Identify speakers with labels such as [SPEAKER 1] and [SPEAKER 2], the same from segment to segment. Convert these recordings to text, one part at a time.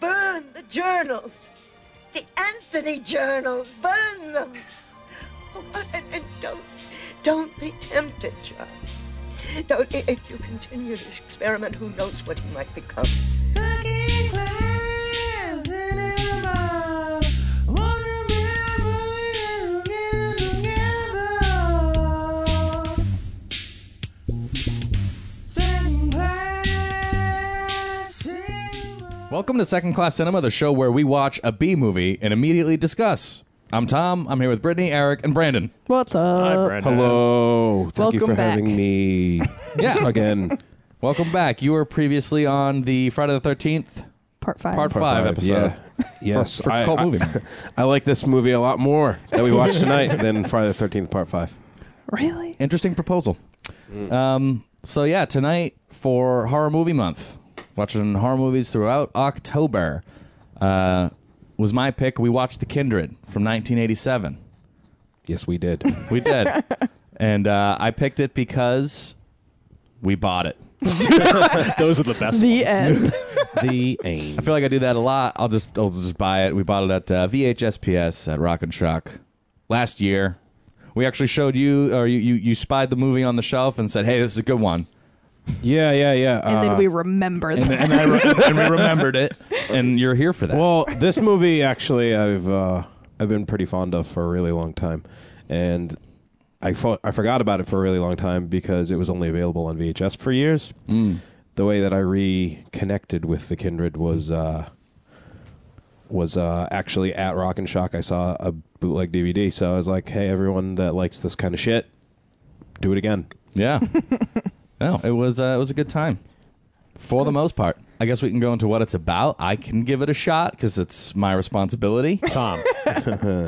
[SPEAKER 1] burn the journals, the Anthony journals, burn them. Oh, and, and don't, don't be tempted, John. Don't, i- if you continue this experiment, who knows what he might become.
[SPEAKER 2] Fucking class in Emma. Won't remember it together, together. Second class cinema.
[SPEAKER 3] Welcome to Second Class Cinema, the show where we watch a B movie and immediately discuss. I'm Tom. I'm here with Brittany, Eric, and Brandon.
[SPEAKER 4] What's up?
[SPEAKER 5] Hello. Thank you
[SPEAKER 4] Welcome
[SPEAKER 5] for
[SPEAKER 4] back.
[SPEAKER 5] having me
[SPEAKER 3] Yeah.
[SPEAKER 5] again.
[SPEAKER 3] Welcome back. You were previously on the Friday the 13th
[SPEAKER 4] Part five.
[SPEAKER 3] part, five, episode.
[SPEAKER 5] Uh, Yeah. Yes.
[SPEAKER 3] For- for cult movie.
[SPEAKER 5] I like this movie a lot more that we watched tonight than Friday the Thirteenth Part Five.
[SPEAKER 4] Really?
[SPEAKER 3] Interesting proposal. Um, so, yeah, tonight for Horror Movie Month, watching horror movies throughout October uh, was my pick. We watched The Kindred from 1987.
[SPEAKER 5] Yes, we did.
[SPEAKER 3] We did. and uh, I picked it because we bought it.
[SPEAKER 6] Those are the best
[SPEAKER 4] The end.
[SPEAKER 5] the aim.
[SPEAKER 3] I feel like I do that a lot. I'll just I'll just buy it. We bought it at uh, VHSPS at Rock and Shock last year. We actually showed you or you, you you spied the movie on the shelf and said, "Hey, this is a good one."
[SPEAKER 5] Yeah, yeah, yeah.
[SPEAKER 4] and
[SPEAKER 5] Uh,
[SPEAKER 4] then we remember
[SPEAKER 3] And,
[SPEAKER 4] that.
[SPEAKER 3] and I re- and we remembered it, and you're here for that.
[SPEAKER 5] well, this movie actually, I've uh, I've been pretty fond of for a really long time, and I fo- I forgot about it for a really long time because it was only available on VHS for years. The way that I reconnected with the Kindred was uh, was uh, actually at Rock and Shock. I saw a bootleg DVD, so I was like, "Hey, everyone that likes this kind of shit, do it again."
[SPEAKER 3] yeah, no, it was uh, it was a good time for the most part. I guess we can go into what it's about. I can give it a shot because it's my responsibility.
[SPEAKER 6] Tom. I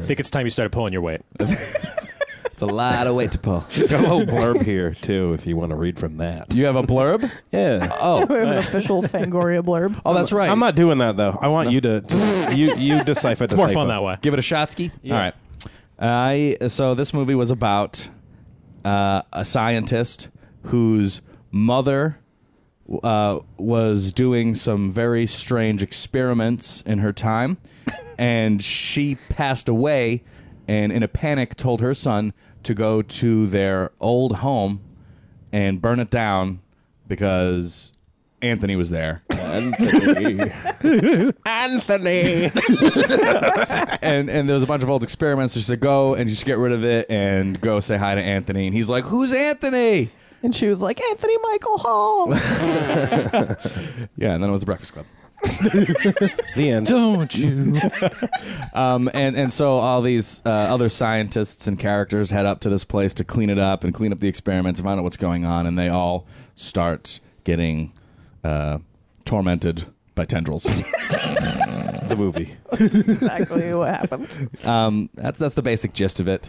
[SPEAKER 6] think it's time you started pulling your weight.
[SPEAKER 3] It's a lot of weight to pull.
[SPEAKER 5] Got a little blurb here too, if you want to read from that.
[SPEAKER 3] You have a blurb?
[SPEAKER 5] Yeah.
[SPEAKER 3] Oh,
[SPEAKER 4] We have an official Fangoria blurb.
[SPEAKER 3] oh, that's right.
[SPEAKER 5] I'm not doing that though. I want you to you you decipher.
[SPEAKER 6] It's more fun that way.
[SPEAKER 3] Give it a shot ski. All right. I so this movie was about uh, a scientist whose mother uh, was doing some very strange experiments in her time, and she passed away, and in a panic told her son to go to their old home and burn it down because Anthony was there.
[SPEAKER 5] Anthony. Anthony.
[SPEAKER 3] and and there was a bunch of old experiments. She said, "Go and just get rid of it and go say hi to Anthony." And he's like, "Who's Anthony?"
[SPEAKER 4] And she was like, Anthony Michael Hall.
[SPEAKER 3] Yeah, and then it was the Breakfast Club.
[SPEAKER 5] the end.
[SPEAKER 3] Don't you? um, and and so all these uh, other scientists and characters head up to this place to clean it up and clean up the experiments and find out what's going on. And they all start getting uh, tormented by tendrils.
[SPEAKER 5] the movie.
[SPEAKER 4] exactly what happened.
[SPEAKER 3] um, that's that's the basic gist of it.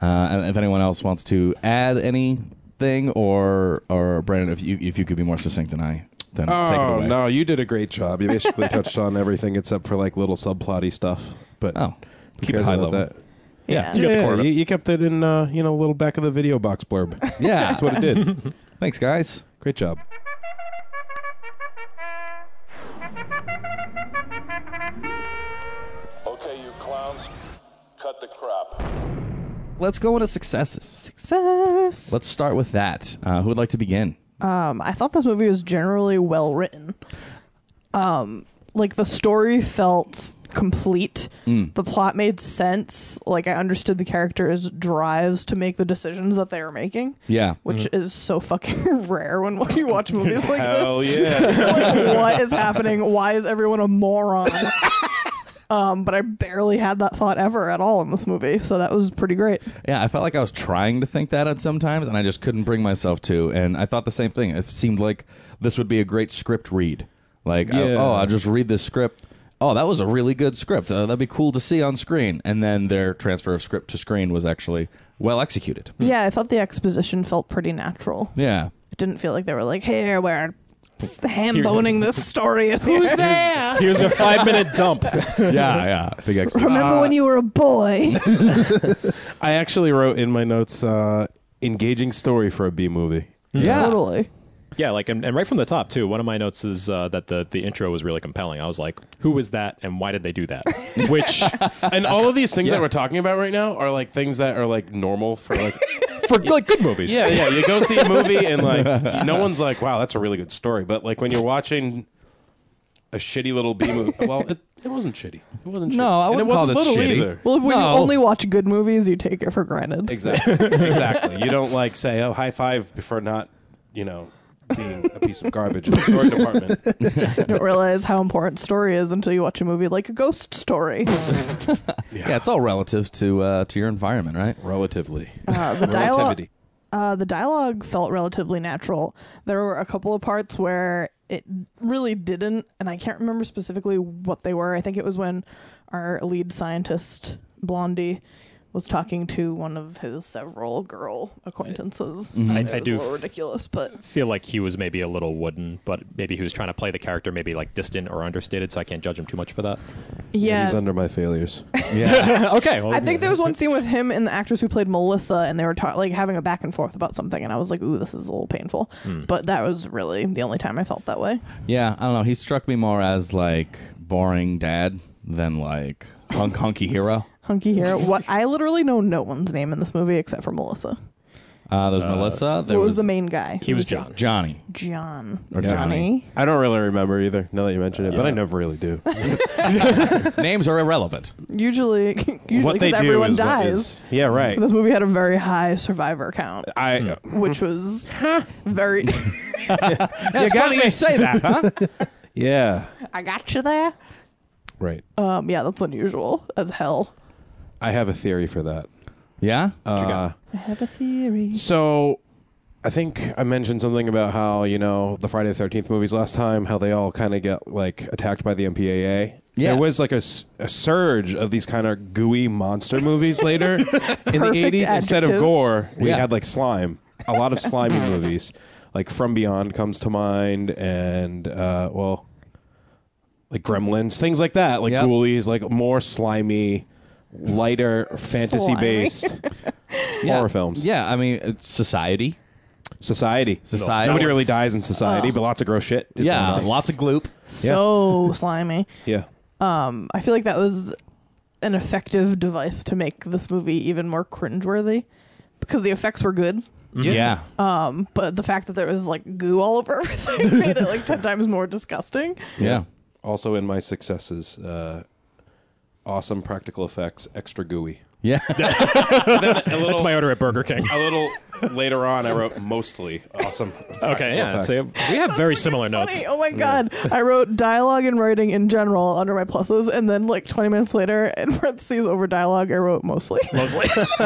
[SPEAKER 3] Uh, and if anyone else wants to add anything, or or Brandon, if you if you could be more succinct than I, then take it
[SPEAKER 5] Oh
[SPEAKER 3] away.
[SPEAKER 5] no, you did a great job. You basically touched on everything except for like little subplotty stuff. But
[SPEAKER 3] Oh,
[SPEAKER 5] who
[SPEAKER 3] keep it
[SPEAKER 5] cares
[SPEAKER 3] high
[SPEAKER 5] about
[SPEAKER 3] level.
[SPEAKER 5] That?
[SPEAKER 3] Yeah.
[SPEAKER 5] You,
[SPEAKER 6] got the core of it.
[SPEAKER 5] you, you kept it in uh, you know a little back of the video box blurb.
[SPEAKER 3] Yeah,
[SPEAKER 5] That's what it did.
[SPEAKER 3] Thanks, guys.
[SPEAKER 5] Great job.
[SPEAKER 7] Okay, you clowns, cut the crap.
[SPEAKER 3] Let's go into successes.
[SPEAKER 4] Success.
[SPEAKER 3] Let's start with that. Uh, who would like to begin?
[SPEAKER 4] Um, I thought this movie was generally well written. Um, like the story felt complete. The plot made sense. Like I understood the characters' drives to make the decisions that they were making.
[SPEAKER 3] Yeah.
[SPEAKER 4] Which is so fucking rare when when you watch movies like this.
[SPEAKER 5] yeah.
[SPEAKER 4] like, what is happening? Why is everyone a moron? um, but I barely had that thought ever at all in this movie, so that was pretty great.
[SPEAKER 3] Yeah, I felt like I was trying to think that at sometimes, and I just couldn't bring myself to. And I thought the same thing. It seemed like this would be a great script read. Like, I-
[SPEAKER 5] Yeah.
[SPEAKER 3] oh, I'll just read this script. Oh, that was a really good script. Uh, that'd be cool to see on screen. And then their transfer of script to screen was actually well executed.
[SPEAKER 4] Yeah, I thought the exposition felt pretty natural.
[SPEAKER 3] Mm. Yeah.
[SPEAKER 4] It didn't feel like they were like, "Hey, we're ham boning this story." And who's there?
[SPEAKER 6] Here's a five minute dump.
[SPEAKER 3] Yeah, yeah. Big expo.
[SPEAKER 4] Remember when you were a boy?
[SPEAKER 5] I actually wrote in my notes uh, engaging story for a B movie.
[SPEAKER 3] Yeah.
[SPEAKER 4] Totally.
[SPEAKER 6] Yeah, like and, and right from the top too. One of my notes is uh, that the the intro was really compelling. I was like, who was that and why did they do that? Which
[SPEAKER 8] And all of these things
[SPEAKER 6] Yeah.
[SPEAKER 8] that we're talking about right now are like things that are like normal for like
[SPEAKER 6] for like good movies.
[SPEAKER 8] Yeah, yeah. You go see a movie and like no one's like, "Wow, that's a really good story." But like when you're watching a shitty little B movie, well, it, it wasn't shitty. It wasn't. Shitty.
[SPEAKER 3] No, I
[SPEAKER 8] and it
[SPEAKER 3] wouldn't call
[SPEAKER 8] wasn't
[SPEAKER 3] this
[SPEAKER 8] little
[SPEAKER 3] shitty.
[SPEAKER 8] either.
[SPEAKER 4] Well, when you
[SPEAKER 3] No.
[SPEAKER 4] only watch good movies, you take it for granted.
[SPEAKER 8] Exactly. Exactly. You don't like say, "Oh, high five for not," you know, being a piece of garbage in the story department.
[SPEAKER 4] You don't realize how important story is until you watch a movie like a ghost story. Uh,
[SPEAKER 3] Yeah. it's all relative to uh, to your environment, right?
[SPEAKER 8] Relatively.
[SPEAKER 4] Uh, the dialogue, uh, the dialogue felt relatively natural. There were a couple of parts where it really didn't, and I can't remember specifically what they were. I think it was when our lead scientist Blondie was talking to one of his several girl acquaintances.
[SPEAKER 6] I-
[SPEAKER 4] It
[SPEAKER 6] I
[SPEAKER 4] was
[SPEAKER 6] do
[SPEAKER 4] a little ridiculous, but
[SPEAKER 6] feel like he was maybe a little wooden, but maybe he was trying to play the character maybe like distant or understated, so I can't judge him too much for that.
[SPEAKER 4] yeah,
[SPEAKER 5] He's under my failures.
[SPEAKER 6] okay. Well,
[SPEAKER 4] I think there was one scene with him and the actress who played Melissa, and they were ta- like having a back and forth about something, and I was like, "Ooh, this is a little painful." But that was really the only time I felt that way.
[SPEAKER 3] Yeah, I don't know. He struck me more as like boring dad than like hunk hunky hero.
[SPEAKER 4] Hunky hero. what? I literally know no one's name in this movie except for Melissa.
[SPEAKER 3] Uh, there's Melissa. There
[SPEAKER 4] what was, the main guy?
[SPEAKER 6] he was John.
[SPEAKER 3] Johnny.
[SPEAKER 4] John.
[SPEAKER 3] Or
[SPEAKER 4] Johnny.
[SPEAKER 5] I don't really remember either. Now that you mention it, but I never really do.
[SPEAKER 3] Names are irrelevant.
[SPEAKER 4] Usually, usually
[SPEAKER 5] what they
[SPEAKER 4] because
[SPEAKER 5] do
[SPEAKER 4] everyone
[SPEAKER 5] is what
[SPEAKER 4] dies.
[SPEAKER 5] is- yeah, right.
[SPEAKER 4] This movie had a very high survivor count,
[SPEAKER 5] I
[SPEAKER 4] which was very.
[SPEAKER 3] That's funny you say that, huh?
[SPEAKER 5] yeah,
[SPEAKER 4] I got you there.
[SPEAKER 5] right.
[SPEAKER 4] Um, yeah, that's unusual as hell.
[SPEAKER 5] I have a theory for that.
[SPEAKER 3] yeah.
[SPEAKER 5] Uh,
[SPEAKER 4] I have a theory.
[SPEAKER 5] so I think I mentioned something about how you know the Friday the Thirteenth movies last time, how they all kind of get like attacked by the MPAA.
[SPEAKER 3] Yes.
[SPEAKER 5] There was like a, s- a surge of these kind of gooey monster movies later in the eighties. Instead of
[SPEAKER 4] adjective.
[SPEAKER 5] gore, we
[SPEAKER 3] Yeah.
[SPEAKER 5] had like slime. A lot of slimy movies, like From Beyond comes to mind, and uh, well, like Gremlins, things like that, like
[SPEAKER 3] Yep.
[SPEAKER 5] Ghoulies, like more slimy, lighter fantasy based
[SPEAKER 3] Yeah.
[SPEAKER 5] horror films.
[SPEAKER 3] Yeah, I mean, it's society.
[SPEAKER 5] Society.
[SPEAKER 3] Society.
[SPEAKER 5] Nobody really dies in society, but lots of gross shit. Is
[SPEAKER 3] Yeah,
[SPEAKER 5] going on.
[SPEAKER 3] lots of gloop.
[SPEAKER 4] So slimy.
[SPEAKER 5] Yeah.
[SPEAKER 4] Um, I feel like that was an effective device to make this movie even more cringeworthy because the effects were good.
[SPEAKER 3] Yeah.
[SPEAKER 4] but the fact that there was like goo all over everything made it like 10 times more disgusting
[SPEAKER 3] Yeah.
[SPEAKER 5] Also in my successes, uh, awesome practical effects, extra gooey.
[SPEAKER 3] Yeah.
[SPEAKER 6] That's my order at Burger King.
[SPEAKER 5] A little later on, I wrote mostly awesome.
[SPEAKER 6] Okay, yeah.
[SPEAKER 5] effects.
[SPEAKER 6] So we have very similar notes.
[SPEAKER 4] Funny. oh my god i wrote dialogue and writing in general under my pluses and then like 20 minutes later in parentheses over dialogue i wrote mostly
[SPEAKER 6] Mostly.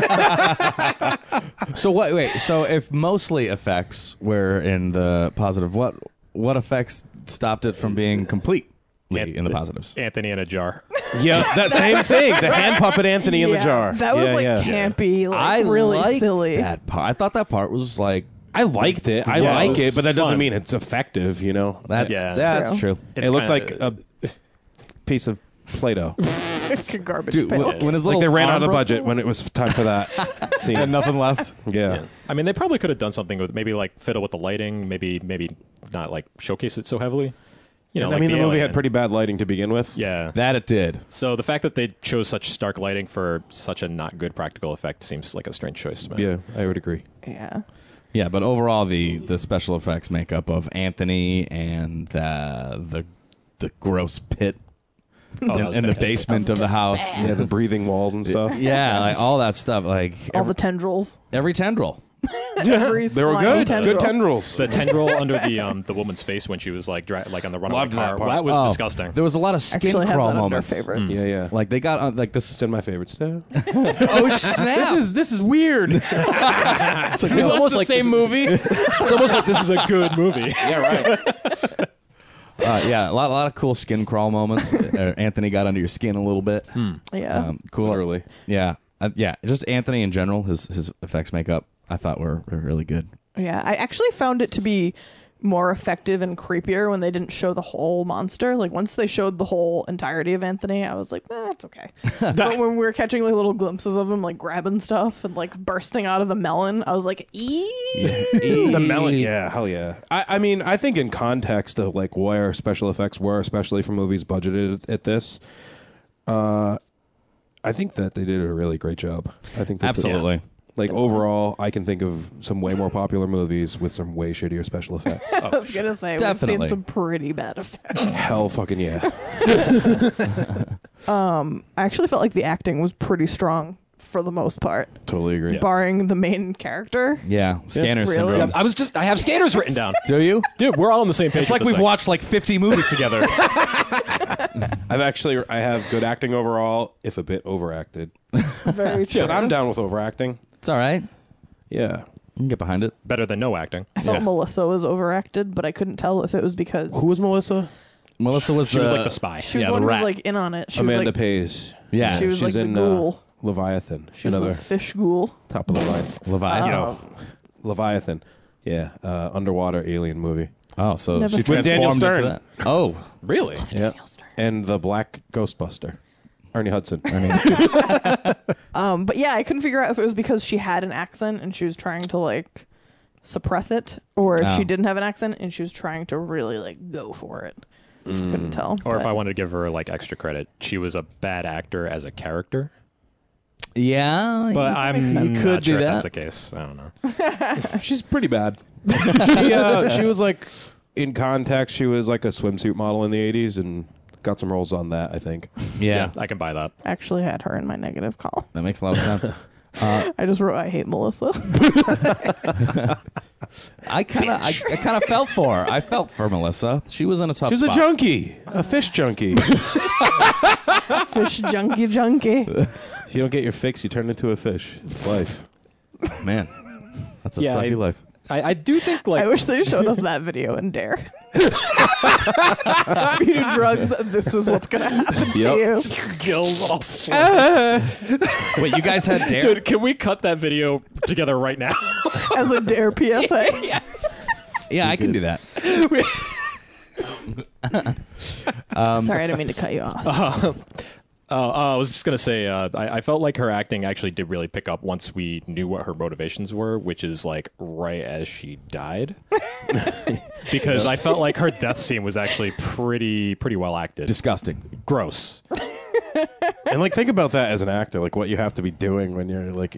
[SPEAKER 3] so what? Wait. So if mostly effects were in the positive, what what effects stopped it from being completely in the positives?
[SPEAKER 6] Anthony in a jar.
[SPEAKER 5] Yeah, that same thing. The hand puppet Anthony in the
[SPEAKER 4] Yeah,
[SPEAKER 5] jar.
[SPEAKER 4] that was
[SPEAKER 5] Yeah,
[SPEAKER 4] like
[SPEAKER 5] yeah.
[SPEAKER 4] campy like really
[SPEAKER 3] liked
[SPEAKER 4] silly
[SPEAKER 3] that part. I thought that part was like
[SPEAKER 5] I liked it. I
[SPEAKER 6] Yeah, it
[SPEAKER 5] like
[SPEAKER 6] was
[SPEAKER 5] it, but that doesn't
[SPEAKER 6] fun.
[SPEAKER 5] mean it's effective. You know,
[SPEAKER 3] that.
[SPEAKER 6] Yeah.
[SPEAKER 3] Yeah, that's true.
[SPEAKER 6] It's
[SPEAKER 5] it looked like
[SPEAKER 6] kinda-
[SPEAKER 5] a piece of Play-Doh.
[SPEAKER 4] garbage
[SPEAKER 3] Dude,
[SPEAKER 4] pail.
[SPEAKER 3] when his
[SPEAKER 5] like
[SPEAKER 3] little
[SPEAKER 5] they ran
[SPEAKER 3] arm
[SPEAKER 5] out of
[SPEAKER 3] broke-
[SPEAKER 5] budget when it was time for that scene.
[SPEAKER 3] and nothing left.
[SPEAKER 5] yeah.
[SPEAKER 6] I mean, they probably could have done something with maybe like fiddle with the lighting, maybe maybe not like showcase it so heavily. You know,
[SPEAKER 5] I
[SPEAKER 6] like
[SPEAKER 5] mean, the, movie
[SPEAKER 6] alien.
[SPEAKER 5] had pretty bad lighting to begin with.
[SPEAKER 6] Yeah.
[SPEAKER 3] That it did.
[SPEAKER 6] So the fact that they chose such stark lighting for such a not good practical effect seems like a strange choice to me.
[SPEAKER 5] Yeah, I would agree.
[SPEAKER 4] yeah
[SPEAKER 3] Yeah, but overall, the the special effects makeup of Anthony and uh, the the gross pit
[SPEAKER 6] Oh, that
[SPEAKER 3] in,
[SPEAKER 6] was
[SPEAKER 3] in the
[SPEAKER 6] fantastic.
[SPEAKER 3] basement of the house.
[SPEAKER 5] Yeah, the breathing walls and stuff.
[SPEAKER 3] Yeah, like all that stuff. Like
[SPEAKER 4] all
[SPEAKER 3] every,
[SPEAKER 4] the tendrils
[SPEAKER 3] every tendril.
[SPEAKER 4] Every
[SPEAKER 5] They were
[SPEAKER 4] slimy
[SPEAKER 5] good.
[SPEAKER 4] tendril.
[SPEAKER 5] Good tendrils.
[SPEAKER 6] The tendril under the um the woman's face when she was like dra- like on the run of
[SPEAKER 5] Loved
[SPEAKER 6] the
[SPEAKER 5] that
[SPEAKER 6] car.
[SPEAKER 5] part.
[SPEAKER 6] that was
[SPEAKER 3] Oh,
[SPEAKER 6] disgusting.
[SPEAKER 3] There was a lot of skin
[SPEAKER 4] actually I have
[SPEAKER 3] crawl
[SPEAKER 4] that under
[SPEAKER 3] moments. Mm.
[SPEAKER 4] favorite
[SPEAKER 5] Yeah, yeah.
[SPEAKER 3] Like they got on like this.
[SPEAKER 5] it's in my favorite stuff.
[SPEAKER 3] oh snap!
[SPEAKER 5] is this is weird. it's almost the same movie.
[SPEAKER 6] it's almost like this is a good movie.
[SPEAKER 5] yeah, right.
[SPEAKER 3] uh, yeah, a lot, a lot of cool skin crawl moments. Uh, Anthony got under your skin a little bit.
[SPEAKER 4] yeah
[SPEAKER 3] Um, cool.
[SPEAKER 5] Literally.
[SPEAKER 3] Yeah, uh, yeah. Just Anthony in general, his his effects makeup, I thought were, were really good.
[SPEAKER 4] Yeah, I actually found it to be more effective and creepier when they didn't show the whole monster. Like once they showed the whole entirety of Anthony, I was like, eh, that's okay. but when we were catching like little glimpses of him, like grabbing stuff and like bursting out of the melon, I was like, eee.
[SPEAKER 5] the melon. Yeah, hell yeah. I, I mean, I think in context of like where special effects were, especially for movies budgeted at, at this, uh, I think that they did a really great job. I think that the-
[SPEAKER 3] Absolutely.
[SPEAKER 5] like overall, I can think of some way more popular movies with some way shittier special effects.
[SPEAKER 4] I was gonna say we've
[SPEAKER 3] Oh, Definitely.
[SPEAKER 4] seen some pretty bad effects.
[SPEAKER 5] Hell fucking yeah.
[SPEAKER 4] I actually felt like the acting was pretty strong for the most part,
[SPEAKER 5] Totally agree.
[SPEAKER 4] barring the main character.
[SPEAKER 3] Yeah. Scanner
[SPEAKER 4] Really?
[SPEAKER 3] syndrome.
[SPEAKER 6] I was just I have scanners written down.
[SPEAKER 3] Do you?
[SPEAKER 6] Dude, we're all on the same page.
[SPEAKER 3] It's like
[SPEAKER 6] with this
[SPEAKER 3] we've
[SPEAKER 6] thing.
[SPEAKER 3] watched like 50 movies together.
[SPEAKER 5] I've actually I have good acting overall, if a bit overacted.
[SPEAKER 4] Very true.
[SPEAKER 5] But I'm down with overacting.
[SPEAKER 3] it's all right. You
[SPEAKER 5] Yeah.
[SPEAKER 3] can get behind it.
[SPEAKER 6] better than no acting.
[SPEAKER 4] I felt Melissa was overacted, but I couldn't tell if it was because
[SPEAKER 5] Who was Melissa?
[SPEAKER 3] Melissa was
[SPEAKER 6] She
[SPEAKER 3] the,
[SPEAKER 6] was like the spy.
[SPEAKER 4] she was
[SPEAKER 3] Yeah,
[SPEAKER 4] one
[SPEAKER 3] the
[SPEAKER 4] who was
[SPEAKER 3] rat.
[SPEAKER 4] like in on it. She
[SPEAKER 5] Amanda
[SPEAKER 4] was like,
[SPEAKER 5] Pays.
[SPEAKER 3] Yeah.
[SPEAKER 4] She was like
[SPEAKER 5] She's
[SPEAKER 4] the
[SPEAKER 5] in uh,
[SPEAKER 4] ghoul.
[SPEAKER 5] Leviathan.
[SPEAKER 4] she was
[SPEAKER 5] Another
[SPEAKER 4] the fish ghoul.
[SPEAKER 5] top of the line.
[SPEAKER 4] Oh.
[SPEAKER 3] Leviathan.
[SPEAKER 5] Leviathan. Yeah, uh, underwater alien movie.
[SPEAKER 3] Oh, so
[SPEAKER 4] Never
[SPEAKER 3] she
[SPEAKER 4] seen it.
[SPEAKER 5] With Daniel
[SPEAKER 3] transformed into
[SPEAKER 5] Stern.
[SPEAKER 3] that. Oh,
[SPEAKER 6] Really?
[SPEAKER 5] Yeah. And the Black Ghostbuster. Ernie Hudson.
[SPEAKER 4] Um, but yeah, I couldn't figure out if it was because she had an accent and she was trying to like suppress it, or if
[SPEAKER 3] Oh.
[SPEAKER 4] she didn't have an accent and she was trying to really like go for it. Just
[SPEAKER 5] Mm.
[SPEAKER 4] couldn't tell.
[SPEAKER 6] Or if
[SPEAKER 4] but-
[SPEAKER 6] I wanted to give her like extra credit, she was a bad actor as a character.
[SPEAKER 3] yeah.
[SPEAKER 6] But
[SPEAKER 5] uh,
[SPEAKER 6] I'm
[SPEAKER 3] sense.
[SPEAKER 6] not
[SPEAKER 3] You could do
[SPEAKER 6] sure if
[SPEAKER 3] that.
[SPEAKER 6] that's the case. I don't know.
[SPEAKER 5] She's pretty bad. she, uh, she was like, in context, she was like a swimsuit model in the 80s and got some roles on that, I think.
[SPEAKER 3] yeah,
[SPEAKER 6] I can buy that.
[SPEAKER 4] actually had her in my negative column.
[SPEAKER 3] that makes a lot of sense.
[SPEAKER 4] I just wrote, I hate Melissa.
[SPEAKER 3] I kind of, I, I kind of felt for her. I felt for Melissa. She was in a tough
[SPEAKER 5] She's a
[SPEAKER 3] spot.
[SPEAKER 5] junkie, a fish junkie. if
[SPEAKER 4] Fish junkie junkie.
[SPEAKER 5] you don't get your fix, you turn into a fish. It's life.
[SPEAKER 3] Man, that's a
[SPEAKER 6] Yeah,
[SPEAKER 3] sucky
[SPEAKER 6] I-
[SPEAKER 3] life.
[SPEAKER 6] I, I do think like
[SPEAKER 4] I wish they showed us that video in Dare. If you do drugs, this is what's gonna happen
[SPEAKER 5] Yep.
[SPEAKER 4] to you.
[SPEAKER 6] gills all swollen.
[SPEAKER 3] Wait, you guys had Dare?
[SPEAKER 6] Dude, can we cut that video together right now?
[SPEAKER 4] As a Dare PSA.
[SPEAKER 3] yeah, I can do that.
[SPEAKER 5] Um,
[SPEAKER 4] Sorry, I didn't mean to cut you off.
[SPEAKER 6] Uh, uh, I was just gonna say, uh, I, I felt like her acting actually did really pick up once we knew what her motivations were, which is like right as she died, because I felt like her death scene was actually pretty pretty well acted.
[SPEAKER 3] Disgusting.
[SPEAKER 6] gross.
[SPEAKER 5] And like, think about that as an actor, like what you have to be doing when you're like,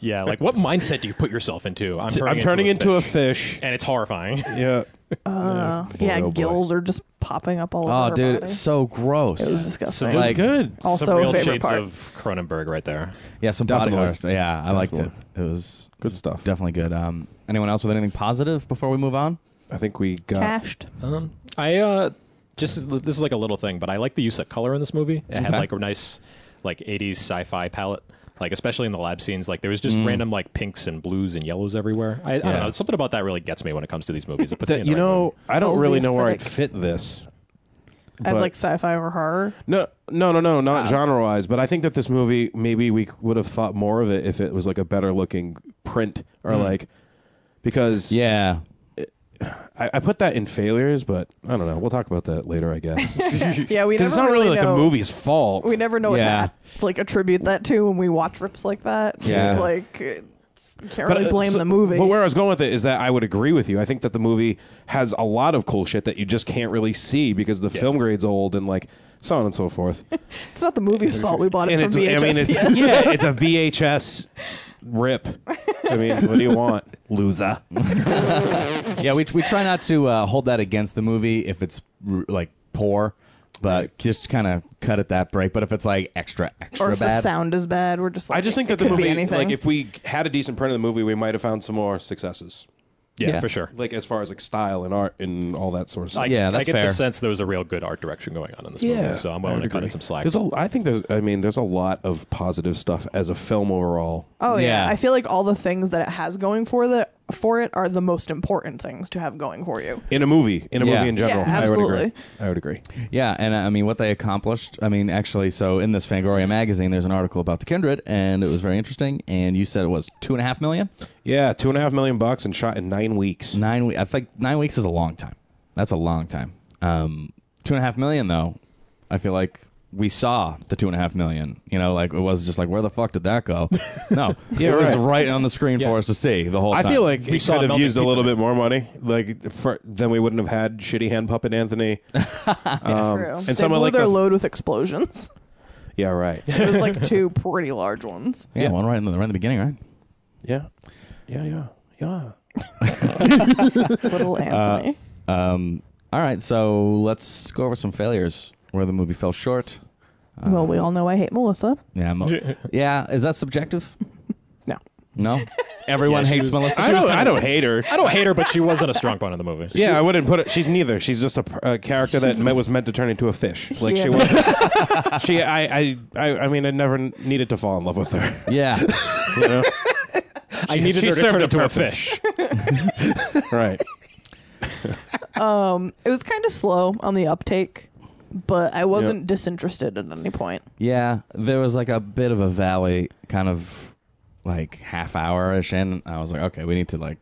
[SPEAKER 6] Yeah, like what mindset do you put yourself into? I'm turning,
[SPEAKER 5] I'm turning into a
[SPEAKER 6] fish,
[SPEAKER 5] fish.
[SPEAKER 6] and it's horrifying.
[SPEAKER 5] Yeah.
[SPEAKER 4] Uh,
[SPEAKER 5] Boy,
[SPEAKER 4] yeah,
[SPEAKER 5] oh boy.
[SPEAKER 4] gills are just popping up all
[SPEAKER 5] Ah,
[SPEAKER 3] Oh,
[SPEAKER 4] over. her
[SPEAKER 3] dude,
[SPEAKER 4] body.
[SPEAKER 3] it's so gross.
[SPEAKER 4] it was disgusting.
[SPEAKER 3] it was Like-
[SPEAKER 5] Good.
[SPEAKER 4] also
[SPEAKER 6] Some real
[SPEAKER 4] a favorite
[SPEAKER 6] shades
[SPEAKER 4] part.
[SPEAKER 6] of Cronenberg right there.
[SPEAKER 3] yeah, some body
[SPEAKER 5] Definitely.
[SPEAKER 3] horror. st- Yeah, I liked it. It was
[SPEAKER 5] Good stuff.
[SPEAKER 3] definitely good. Um, anyone else with anything positive before we move on?
[SPEAKER 5] I think we got.
[SPEAKER 4] Cashed.
[SPEAKER 6] Um, I uh, just this is like a little thing, but I like the use of color in this movie. It had
[SPEAKER 3] Okay.
[SPEAKER 6] like a nice like '80s sci-fi palette, like especially in the lab scenes. Like there was just random like pinks and blues and yellows everywhere. I, I
[SPEAKER 3] Yeah.
[SPEAKER 6] don't know. Something about that really gets me when it comes to these movies. It puts me in the
[SPEAKER 5] you
[SPEAKER 6] right
[SPEAKER 5] know,
[SPEAKER 6] mood.
[SPEAKER 5] I don't
[SPEAKER 4] Fills the
[SPEAKER 5] really know where I'd
[SPEAKER 4] aesthetic.
[SPEAKER 5] fit this.
[SPEAKER 4] As
[SPEAKER 5] but-
[SPEAKER 4] like Oh. sci-fi or horror.
[SPEAKER 5] No, no, no, no, not genre wise, but I think that this movie maybe we would have thought more of it if it was like a better looking print or like because
[SPEAKER 3] Yeah,
[SPEAKER 5] I, I put that in failures, but I don't know. We'll talk about that later, I guess.
[SPEAKER 4] Yeah, we never
[SPEAKER 5] Because it's not really, like
[SPEAKER 4] know.
[SPEAKER 5] the movie's fault.
[SPEAKER 4] We never know what
[SPEAKER 3] Yeah.
[SPEAKER 4] to at- like attribute that to when we watch rips like that.
[SPEAKER 3] Yeah.
[SPEAKER 4] It's like you can't
[SPEAKER 5] But,
[SPEAKER 4] really
[SPEAKER 5] uh,
[SPEAKER 4] blame
[SPEAKER 5] so-
[SPEAKER 4] the movie.
[SPEAKER 5] But where I was going with it is that I would agree with you. I think that the movie has a lot of cool shit that you just can't really see because the film grade's old and like so on and so forth.
[SPEAKER 4] it's not the movie's fault we bought it
[SPEAKER 5] and
[SPEAKER 4] from VHS.
[SPEAKER 5] it's, I mean, it, yeah, it's a VHS rip. I mean, what do you want, loser?
[SPEAKER 3] yeah. We we try not to uh, hold that against the movie if it's r- like poor, but just kind of cut at that break. But if it's like extra extra
[SPEAKER 4] or if
[SPEAKER 3] bad,
[SPEAKER 4] the sound is bad, we're just like
[SPEAKER 5] I just think
[SPEAKER 4] it
[SPEAKER 5] that the
[SPEAKER 4] could be
[SPEAKER 5] movie,
[SPEAKER 4] anything.
[SPEAKER 5] like, if we had a decent print of the movie, we might have found some more successes,
[SPEAKER 6] yeah,
[SPEAKER 3] yeah.
[SPEAKER 6] for sure.
[SPEAKER 5] like as far as like style and art and all that sort of
[SPEAKER 6] I,
[SPEAKER 5] stuff.
[SPEAKER 3] Yeah,
[SPEAKER 6] I
[SPEAKER 3] that's
[SPEAKER 6] get
[SPEAKER 3] fair.
[SPEAKER 6] the sense there was a real good art direction going on in this movie, so I'm willing to cut it some slack.
[SPEAKER 5] There's a, I think there's, I mean, there's a lot of positive stuff as a film overall.
[SPEAKER 4] oh yeah.
[SPEAKER 3] Yeah.
[SPEAKER 4] I feel like all the things that it has going for that for it are the most important things to have going for you.
[SPEAKER 5] in a movie, in a
[SPEAKER 3] Yeah.
[SPEAKER 5] movie in general.
[SPEAKER 4] Yeah,
[SPEAKER 5] I would
[SPEAKER 4] absolutely.
[SPEAKER 5] agree. I would agree.
[SPEAKER 3] Yeah, and uh, I mean, what they accomplished. I mean, actually, so in this Fangoria magazine, there's an article about the Kindred, and it was very interesting. And you said it was two and a half million,
[SPEAKER 5] Yeah, two and a half million bucks and shot in nine weeks.
[SPEAKER 3] nine. We- I think nine weeks is a long time. That's a long time. Um, two and a half million, though. I feel like we saw the two and a half million. You know, like it was just like, where the fuck did that go? No, it was
[SPEAKER 5] right.
[SPEAKER 3] right on the screen
[SPEAKER 6] Yeah.
[SPEAKER 3] for us to see the whole.
[SPEAKER 5] I
[SPEAKER 3] time.
[SPEAKER 5] feel like we
[SPEAKER 6] saw
[SPEAKER 5] could have
[SPEAKER 6] melting
[SPEAKER 5] used a little
[SPEAKER 6] pizza.
[SPEAKER 5] bit more money, like for, then we wouldn't have had shitty hand puppet Anthony. Um,
[SPEAKER 4] True.
[SPEAKER 5] and
[SPEAKER 4] they
[SPEAKER 5] some of,
[SPEAKER 4] blew
[SPEAKER 5] like,
[SPEAKER 4] their
[SPEAKER 5] the-
[SPEAKER 4] load with explosions.
[SPEAKER 5] Yeah, right.
[SPEAKER 4] It was like two pretty large ones.
[SPEAKER 3] yeah, one right in the right in the beginning, right?
[SPEAKER 5] yeah, yeah, yeah, yeah.
[SPEAKER 4] Little Anthony.
[SPEAKER 3] Um, all right, so let's go over some failures where the movie fell short.
[SPEAKER 4] well, we all know I hate Melissa.
[SPEAKER 3] Yeah, mo- yeah. Is that subjective?
[SPEAKER 4] No.
[SPEAKER 3] No, everyone
[SPEAKER 6] Yeah, she
[SPEAKER 3] hates
[SPEAKER 6] was-
[SPEAKER 3] Melissa.
[SPEAKER 5] I don't, I don't hate her.
[SPEAKER 6] I don't hate her, but she wasn't a strong point in the movie.
[SPEAKER 5] Yeah, I wouldn't put it. She's neither. She's just a, pr- a character that me- was meant to turn into a fish. Like
[SPEAKER 4] Yeah.
[SPEAKER 5] she was. she, I, I, I, I mean, I never n- needed to fall in love with her.
[SPEAKER 3] Yeah,
[SPEAKER 5] You know?
[SPEAKER 6] I needed
[SPEAKER 5] she
[SPEAKER 6] her to
[SPEAKER 5] served
[SPEAKER 6] turn
[SPEAKER 5] a
[SPEAKER 6] into a
[SPEAKER 5] purpose.
[SPEAKER 6] fish.
[SPEAKER 5] right.
[SPEAKER 4] It was kind of slow on the uptake, but I wasn't disinterested at any point.
[SPEAKER 3] yeah. There was like a bit of a valley, kind of like half hour ish, and I was like, okay, we need to like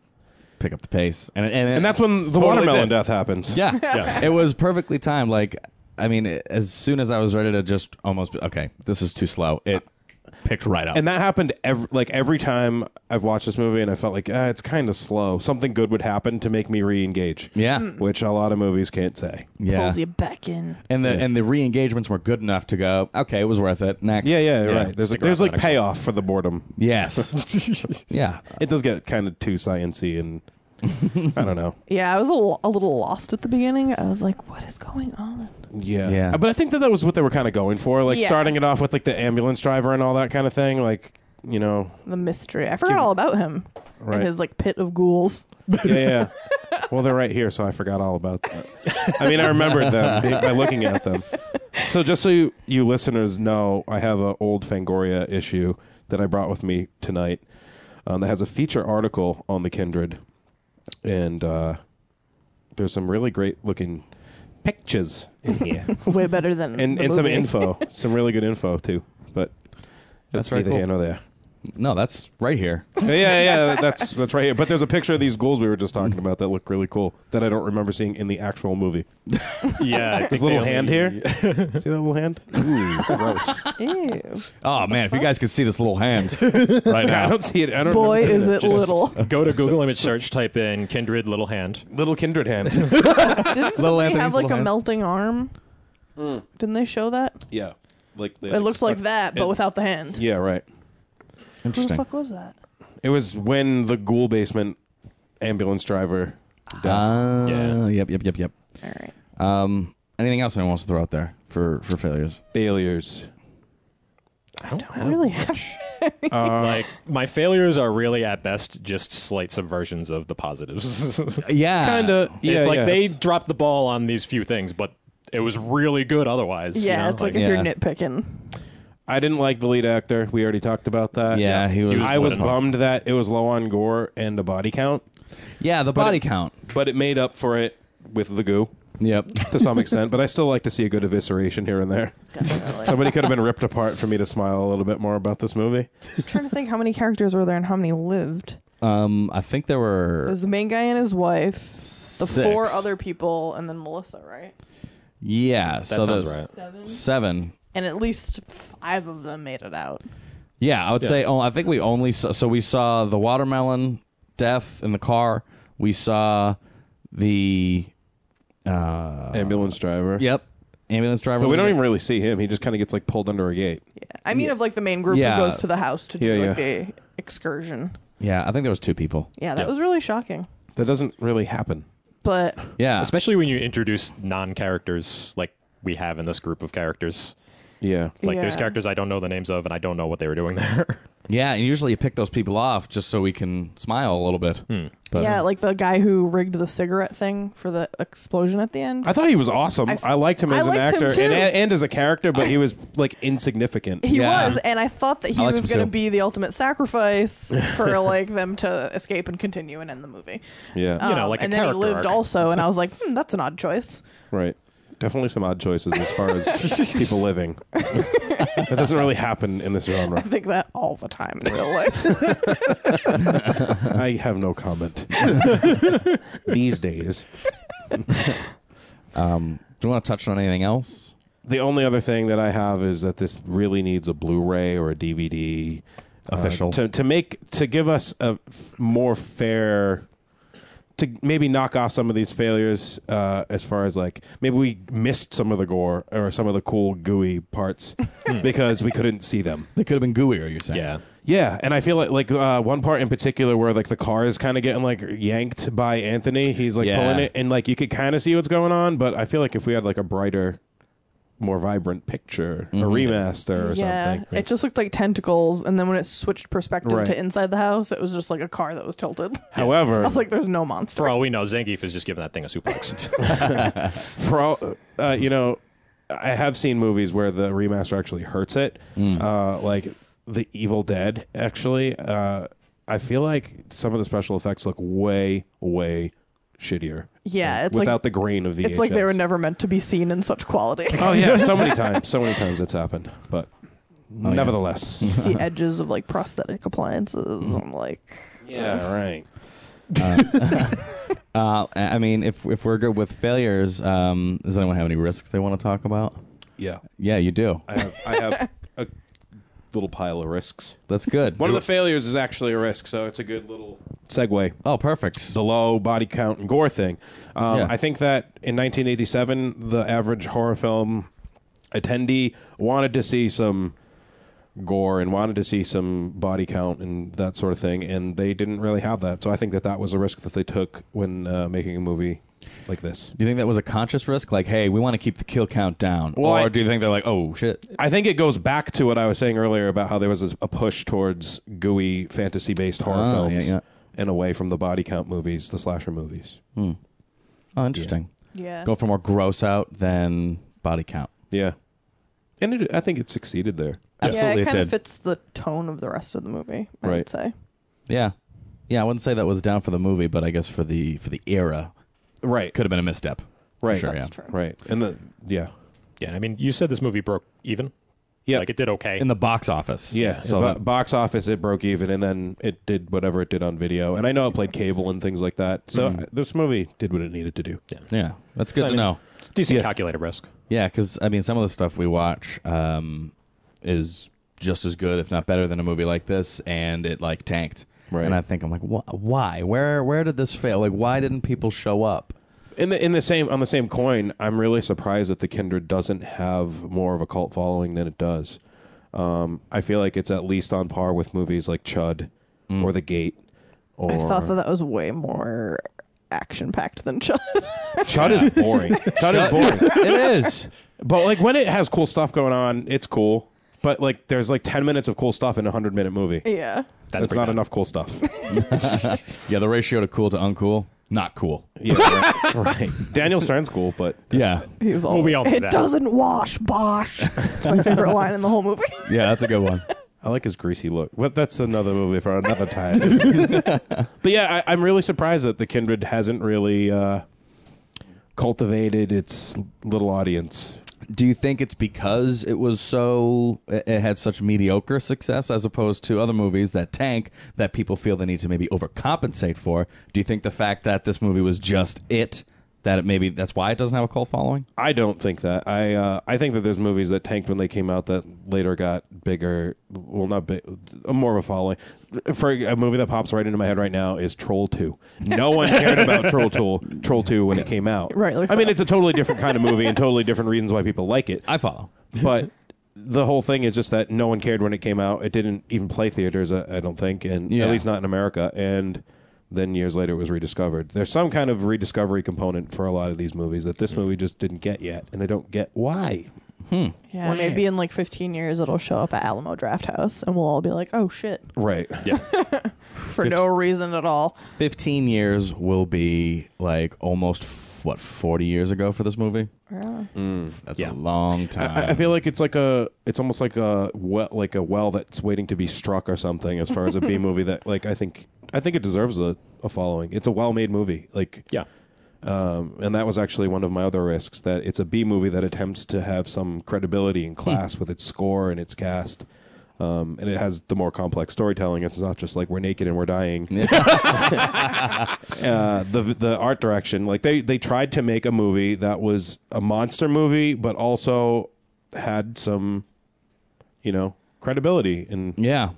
[SPEAKER 3] pick up the pace, and and,
[SPEAKER 5] And that's when the
[SPEAKER 3] Totally
[SPEAKER 5] watermelon
[SPEAKER 3] did.
[SPEAKER 5] death happens.
[SPEAKER 3] yeah,
[SPEAKER 6] Yeah.
[SPEAKER 3] it was perfectly timed. Like, I mean, as soon as I was ready to just almost be- okay, this is too slow. It
[SPEAKER 4] Uh,
[SPEAKER 3] picked right up.
[SPEAKER 5] And that happened every, like every time I've watched this movie, and I felt like ah, it's kind of slow. Something good would happen to make me re-engage.
[SPEAKER 3] yeah,
[SPEAKER 5] which a lot of movies can't say.
[SPEAKER 3] yeah.
[SPEAKER 4] mm, Pulls you back in.
[SPEAKER 3] and the and the re-engagements were good enough to go okay it was worth it next
[SPEAKER 5] Yeah, yeah, right. There's,
[SPEAKER 6] stick
[SPEAKER 5] there's
[SPEAKER 6] around
[SPEAKER 5] like
[SPEAKER 6] for the next
[SPEAKER 5] payoff for the boredom.
[SPEAKER 3] yes yeah
[SPEAKER 5] It does get kind of too sciency, and I don't know.
[SPEAKER 4] Yeah, I was a lo- a little lost at the beginning. I was like, what is going on?
[SPEAKER 5] Yeah.
[SPEAKER 3] Yeah.
[SPEAKER 5] But I think that that was what they were kind of going for, like
[SPEAKER 4] Yeah.
[SPEAKER 5] starting it off with like the ambulance driver and all that kind of thing, like you know,
[SPEAKER 4] The mystery. I forgot all about him
[SPEAKER 5] Right.
[SPEAKER 4] and his like pit of ghouls.
[SPEAKER 5] yeah, yeah. well, they're right here, so I forgot all about that. I mean, I remembered them by looking at them. So just so you, you listeners know, I have an old Fangoria issue that I brought with me tonight um, that has a feature article on the Kindred, and uh, there's some really great looking pictures in here.
[SPEAKER 4] Way better than
[SPEAKER 5] and
[SPEAKER 4] the
[SPEAKER 5] and some
[SPEAKER 4] movie.
[SPEAKER 5] info, some really good info too. But that's,
[SPEAKER 3] very
[SPEAKER 5] neither
[SPEAKER 3] cool.
[SPEAKER 5] here nor there.
[SPEAKER 3] no that's right here
[SPEAKER 5] yeah, yeah, yeah, that's that's right here. But there's a picture of these ghouls we were just talking about that look really cool that I don't remember seeing in the actual movie.
[SPEAKER 6] Yeah, I
[SPEAKER 5] This
[SPEAKER 6] think
[SPEAKER 5] little
[SPEAKER 6] they
[SPEAKER 5] hand
[SPEAKER 6] only-
[SPEAKER 5] here, see that little hand? Ooh, gross!
[SPEAKER 4] Ew.
[SPEAKER 3] oh man if you guys could see this little hand right
[SPEAKER 5] I
[SPEAKER 3] now
[SPEAKER 5] don't see it. I don't.
[SPEAKER 4] Boy,
[SPEAKER 5] remember
[SPEAKER 4] is
[SPEAKER 5] seeing
[SPEAKER 4] it little.
[SPEAKER 6] Go to Google image search, type in Kindred Little Hand.
[SPEAKER 5] Little kindred hand.
[SPEAKER 4] Didn't
[SPEAKER 3] Little
[SPEAKER 4] somebody
[SPEAKER 3] Anthony's
[SPEAKER 4] have like
[SPEAKER 3] little
[SPEAKER 4] a
[SPEAKER 3] hand.
[SPEAKER 4] melting arm? Didn't they show that?
[SPEAKER 5] yeah, like
[SPEAKER 4] It looked like that, but without the hand.
[SPEAKER 5] Yeah, right.
[SPEAKER 4] Who the
[SPEAKER 3] interesting
[SPEAKER 4] fuck was that?
[SPEAKER 5] It was when the ghoul basement ambulance driver.
[SPEAKER 3] uh,
[SPEAKER 6] Yeah.
[SPEAKER 3] yep yep yep yep
[SPEAKER 4] All right.
[SPEAKER 3] um anything else anyone wants to throw out there for for failures
[SPEAKER 5] Failures.
[SPEAKER 6] I don't
[SPEAKER 4] I really have.
[SPEAKER 6] like my failures are really at best just slight subversions of the positives.
[SPEAKER 3] yeah
[SPEAKER 5] Kinda. Yeah,
[SPEAKER 6] it's like
[SPEAKER 5] yeah.
[SPEAKER 6] they dropped the ball on these few things, but it was really good otherwise. you
[SPEAKER 4] Yeah,
[SPEAKER 6] know?
[SPEAKER 4] it's like,
[SPEAKER 3] like-
[SPEAKER 4] if
[SPEAKER 3] Yeah.
[SPEAKER 4] you're nitpicking.
[SPEAKER 5] I didn't like the lead actor. We already talked about that.
[SPEAKER 3] yeah, he was.
[SPEAKER 5] I was
[SPEAKER 6] But-
[SPEAKER 5] bummed that it was low on gore and a body count,
[SPEAKER 3] Yeah, the body
[SPEAKER 5] it-
[SPEAKER 3] count.
[SPEAKER 5] but it made up for it with the goo
[SPEAKER 3] Yep.
[SPEAKER 5] to some extent. But I still like to see a good evisceration here and there.
[SPEAKER 4] Definitely.
[SPEAKER 5] Somebody could have been ripped apart for me to smile a little bit more about this movie.
[SPEAKER 4] I'm trying to think how many characters were there and how many lived.
[SPEAKER 3] Um, I think there were.
[SPEAKER 4] It was the main guy and his wife, the four
[SPEAKER 3] six.
[SPEAKER 4] other people, and then Melissa, right?
[SPEAKER 3] Yeah, so
[SPEAKER 6] sounds
[SPEAKER 3] there's
[SPEAKER 6] right.
[SPEAKER 4] Seven.
[SPEAKER 3] seven.
[SPEAKER 4] And at least five of them made it out.
[SPEAKER 3] Yeah, I would say. Oh, I think we only saw. So we saw the watermelon death in the car. We saw the. Uh,
[SPEAKER 5] Ambulance driver.
[SPEAKER 3] yep. Ambulance driver.
[SPEAKER 5] But we don't even really see him. He just kind of gets like pulled under a gate.
[SPEAKER 4] Yeah. I mean, of like the main group
[SPEAKER 3] Yeah.
[SPEAKER 4] who goes to the house to do
[SPEAKER 5] Yeah,
[SPEAKER 4] like
[SPEAKER 5] yeah.
[SPEAKER 4] a excursion.
[SPEAKER 3] Yeah, I think there was two people.
[SPEAKER 4] Yeah, that was really shocking.
[SPEAKER 5] That doesn't really happen.
[SPEAKER 4] But
[SPEAKER 3] Yeah,
[SPEAKER 6] especially when you introduce non-characters like we have in this group of characters.
[SPEAKER 5] Yeah.
[SPEAKER 6] Like there's
[SPEAKER 4] Yeah.
[SPEAKER 6] characters I don't know the names of, and I don't know what they were doing there.
[SPEAKER 3] Yeah, and usually you pick those people off just so we can smile a little bit. But um,
[SPEAKER 4] yeah, like the guy who rigged the cigarette thing for the explosion at the end.
[SPEAKER 5] I thought he was awesome. I
[SPEAKER 4] f-
[SPEAKER 5] liked him
[SPEAKER 4] I
[SPEAKER 5] as an
[SPEAKER 4] liked him
[SPEAKER 5] actor
[SPEAKER 4] too.
[SPEAKER 5] and, and as a character, but he was like insignificant.
[SPEAKER 4] he
[SPEAKER 3] Yeah.
[SPEAKER 4] was, and I thought that he
[SPEAKER 3] I liked
[SPEAKER 4] was
[SPEAKER 3] him
[SPEAKER 4] going to
[SPEAKER 3] too.
[SPEAKER 4] be the ultimate sacrifice for like them to escape and continue and end the movie. Um,
[SPEAKER 5] yeah,
[SPEAKER 6] You know, like a
[SPEAKER 4] and then he
[SPEAKER 6] character
[SPEAKER 4] lived
[SPEAKER 6] arc.
[SPEAKER 4] also, and I was like, hmm, that's an odd choice.
[SPEAKER 5] right. Definitely some odd choices as far as people living. that doesn't really happen in this genre.
[SPEAKER 4] I think that all the time in real life.
[SPEAKER 5] I have no comment. These days.
[SPEAKER 3] Um, do you want to touch on anything else?
[SPEAKER 5] The only other thing that I have is that this really needs a Blu-ray or a DVD uh,
[SPEAKER 3] Official.
[SPEAKER 5] to to make to give us a f- more fair to maybe knock off some of these failures uh, as far as like maybe we missed some of the gore or some of the cool gooey parts because we couldn't see them.
[SPEAKER 3] They could have been gooier, you're saying.
[SPEAKER 6] Yeah.
[SPEAKER 5] Yeah, and I feel like like uh, one part in particular where like the car is kind of getting like yanked by Anthony. He's like
[SPEAKER 3] Yeah.
[SPEAKER 5] pulling it, and like you could kind of see what's going on. But I feel like if we had like a brighter, more vibrant picture, a remaster or
[SPEAKER 4] yeah,
[SPEAKER 5] something,
[SPEAKER 4] it just looked like tentacles, and then when it switched perspective
[SPEAKER 5] Right.
[SPEAKER 4] to inside the house, it was just like a car that was tilted.
[SPEAKER 5] However,
[SPEAKER 4] I was like, there's no monster.
[SPEAKER 6] For all we know, Zangief is just giving that thing a suplex.
[SPEAKER 5] for all, uh, you know, I have seen movies where the remaster actually hurts it, uh, like The Evil Dead. Actually, uh, I feel like some of the special effects look way, way shittier.
[SPEAKER 4] Yeah, it's like-
[SPEAKER 5] without the grain of VHS.
[SPEAKER 4] It's like they were never meant to be seen in such quality.
[SPEAKER 5] Oh yeah, so many times, so many times it's happened, but nevertheless.
[SPEAKER 4] You see edges of like prosthetic appliances. I'm like,
[SPEAKER 5] Yeah, right.
[SPEAKER 3] Uh, I mean, if if we're good with failures, um, does anyone have any risks they want to talk about?
[SPEAKER 5] Yeah,
[SPEAKER 3] Yeah, you do.
[SPEAKER 5] I have I have a little pile of risks.
[SPEAKER 3] That's good.
[SPEAKER 8] One of the failures is actually a risk, so it's a good little.
[SPEAKER 5] Segue.
[SPEAKER 3] oh, perfect.
[SPEAKER 5] The low body count and gore thing. Um,
[SPEAKER 3] Yeah.
[SPEAKER 5] I think that in 1987, the average horror film attendee wanted to see some gore and wanted to see some body count and that sort of thing, and they didn't really have that. So I think that that was a risk that they took when uh, making a movie like this.
[SPEAKER 3] Do you think that was a conscious risk? Like, hey, we want to keep the kill count down,
[SPEAKER 5] Well,
[SPEAKER 3] or
[SPEAKER 5] I-
[SPEAKER 3] do you think they're like, oh shit?
[SPEAKER 5] I think it goes back to what I was saying earlier about how there was a- a push towards gooey fantasy based horror
[SPEAKER 3] Ah,
[SPEAKER 5] films
[SPEAKER 3] yeah, yeah.
[SPEAKER 5] and away from the body count movies, the slasher movies.
[SPEAKER 3] Oh, interesting.
[SPEAKER 4] yeah.
[SPEAKER 3] Go for more gross out than body count.
[SPEAKER 5] Yeah. And it, I think it succeeded there.
[SPEAKER 4] yeah,
[SPEAKER 3] Absolutely,
[SPEAKER 4] it
[SPEAKER 3] it
[SPEAKER 4] kind
[SPEAKER 3] did.
[SPEAKER 4] of fits the tone of the rest of the movie. I
[SPEAKER 5] Right.
[SPEAKER 4] would say.
[SPEAKER 3] Yeah, yeah. I wouldn't say that was down for the movie, but I guess for the for the era,
[SPEAKER 5] Right.
[SPEAKER 3] could have been a misstep. For
[SPEAKER 5] Right.
[SPEAKER 3] sure,
[SPEAKER 4] That's
[SPEAKER 3] yeah.
[SPEAKER 4] true.
[SPEAKER 5] Right. And the, yeah.
[SPEAKER 6] yeah, I mean, you said this movie broke even.
[SPEAKER 5] Yeah.
[SPEAKER 6] Like it did okay.
[SPEAKER 3] In the box office.
[SPEAKER 5] yeah.
[SPEAKER 3] So
[SPEAKER 5] So
[SPEAKER 3] that-
[SPEAKER 5] box office, it broke even and then it did whatever it did on video. And I know it played cable and things like that. So
[SPEAKER 3] Mm-hmm.
[SPEAKER 5] this movie did what it needed to do.
[SPEAKER 3] yeah, that's good
[SPEAKER 6] I
[SPEAKER 3] to
[SPEAKER 6] mean,
[SPEAKER 3] know.
[SPEAKER 6] It's decent
[SPEAKER 5] Yeah.
[SPEAKER 6] calculator risk.
[SPEAKER 3] Yeah, because I mean, some of the stuff we watch um, is just as good, if not better, than a movie like this, and it like tanked.
[SPEAKER 5] Right.
[SPEAKER 3] And I think I'm like, wh- why? Where? Where did this fail? Like, why didn't people show up?
[SPEAKER 5] In the in the same on the same coin, I'm really surprised that the Kindred doesn't have more of a cult following than it does. Um, I feel like it's at least on par with movies like Chud
[SPEAKER 3] Mm.
[SPEAKER 5] or The Gate. Or
[SPEAKER 4] I thought that that was way more action packed than Chud.
[SPEAKER 5] Chud is boring. Chud is boring.
[SPEAKER 3] it is.
[SPEAKER 5] But like when it has cool stuff going on, it's cool. But like there's like ten minutes of cool stuff in a hundred minute movie.
[SPEAKER 4] yeah.
[SPEAKER 5] That's,
[SPEAKER 6] pretty
[SPEAKER 5] not
[SPEAKER 6] bad.
[SPEAKER 5] enough cool stuff.
[SPEAKER 3] Yeah, the ratio to cool to uncool, not cool.
[SPEAKER 5] yeah, right. right. Daniel Stern's cool, but
[SPEAKER 3] Yeah,
[SPEAKER 4] He was all.
[SPEAKER 6] Well, we all know
[SPEAKER 4] it
[SPEAKER 6] that.
[SPEAKER 4] doesn't wash, bosh. It's my favorite line in the whole movie.
[SPEAKER 3] yeah, that's a good one.
[SPEAKER 5] I like his greasy look. But that's another movie for another time. but yeah, I, I'm really surprised that the Kindred hasn't really uh, cultivated its little audience.
[SPEAKER 3] Do you think it's because it was so it it had such mediocre success as opposed to other movies that tank that people feel the need to maybe overcompensate for? Do you think the fact that this movie was just it that it maybe that's why it doesn't have a cult following?
[SPEAKER 5] I don't think that. I uh, I think that there's movies that tanked when they came out that later got bigger. Well, not big, uh, more of a following. For a movie that pops right into my head right now is Troll Two. No one cared about Troll Two. Troll Two when it came out.
[SPEAKER 4] Right, like
[SPEAKER 5] I mean,
[SPEAKER 4] so.
[SPEAKER 5] it's a totally different kind of movie and totally different reasons why people like it.
[SPEAKER 3] I follow.
[SPEAKER 5] But the whole thing is just that no one cared when it came out. It didn't even play theaters. I I don't think, and
[SPEAKER 3] Yeah.
[SPEAKER 5] at least not in America. And then years later, it was rediscovered. There's some kind of rediscovery component for a lot of these movies that this movie just didn't get yet, and I don't get why.
[SPEAKER 4] Yeah, maybe in like 15 years it'll show up at Alamo Draft House, and we'll all be like, "Oh shit,"
[SPEAKER 5] Right.
[SPEAKER 6] Yeah.
[SPEAKER 4] for no reason at all.
[SPEAKER 3] 15 years will be like almost f- what 40 years ago for this movie that's a
[SPEAKER 6] Yeah.
[SPEAKER 3] long time
[SPEAKER 5] I, I feel like it's like a, it's almost like a well, like a well that's waiting to be struck or something. As far as a B movie that, like, I think, I think it deserves a, a following. It's a well-made movie. Like,
[SPEAKER 6] Yeah.
[SPEAKER 5] um, and that was actually one of my other risks that it's a B movie that attempts to have some credibility in class with its score and its cast. Um, and it has the more complex storytelling. It's not just like we're naked and we're dying. uh, the the art direction, like they they tried to make a movie that was a monster movie, but also had some, you know, credibility. And
[SPEAKER 3] yeah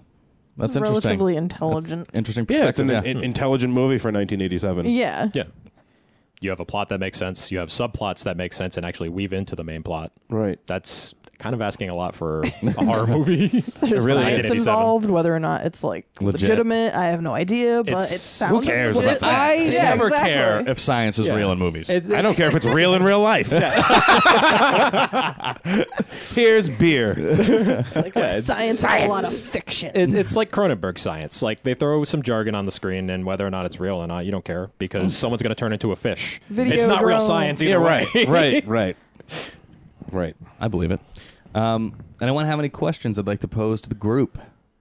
[SPEAKER 3] that's interesting
[SPEAKER 4] Relatively
[SPEAKER 3] That's
[SPEAKER 4] intelligent.
[SPEAKER 3] interesting
[SPEAKER 5] yeah, it's
[SPEAKER 3] perspective
[SPEAKER 5] an,
[SPEAKER 3] yeah,
[SPEAKER 5] in- intelligent movie for 1987.
[SPEAKER 4] Yeah.
[SPEAKER 6] Yeah. You have a plot that makes sense. You have subplots that make sense and actually weave into the main plot.
[SPEAKER 5] Right.
[SPEAKER 6] That's kind of asking a lot for a horror movie.
[SPEAKER 4] There's
[SPEAKER 5] really
[SPEAKER 4] science
[SPEAKER 6] is. 1987.
[SPEAKER 4] involved, whether or not it's like
[SPEAKER 3] Legit.
[SPEAKER 4] legitimate. I have no idea, but
[SPEAKER 6] It's-
[SPEAKER 4] it
[SPEAKER 6] who
[SPEAKER 4] sounds
[SPEAKER 3] cares about
[SPEAKER 4] legit.
[SPEAKER 3] that?
[SPEAKER 4] I yeah,
[SPEAKER 3] never
[SPEAKER 4] exactly.
[SPEAKER 3] care if science is real in movies
[SPEAKER 5] I don't care if it's real in real life. Here's beer.
[SPEAKER 4] Like, what, science, is a lot of fiction.
[SPEAKER 6] It, it's like Cronenberg science. Like they throw some jargon on the screen, and whether or not it's real or not, you don't care because someone's going to turn into a fish.
[SPEAKER 4] Video
[SPEAKER 6] it's not real
[SPEAKER 4] drone.
[SPEAKER 6] science either
[SPEAKER 5] Mm. Yeah,
[SPEAKER 6] way.
[SPEAKER 5] right, right, right, right.
[SPEAKER 3] i believe it um, anyone have any questions i'd like to pose to the group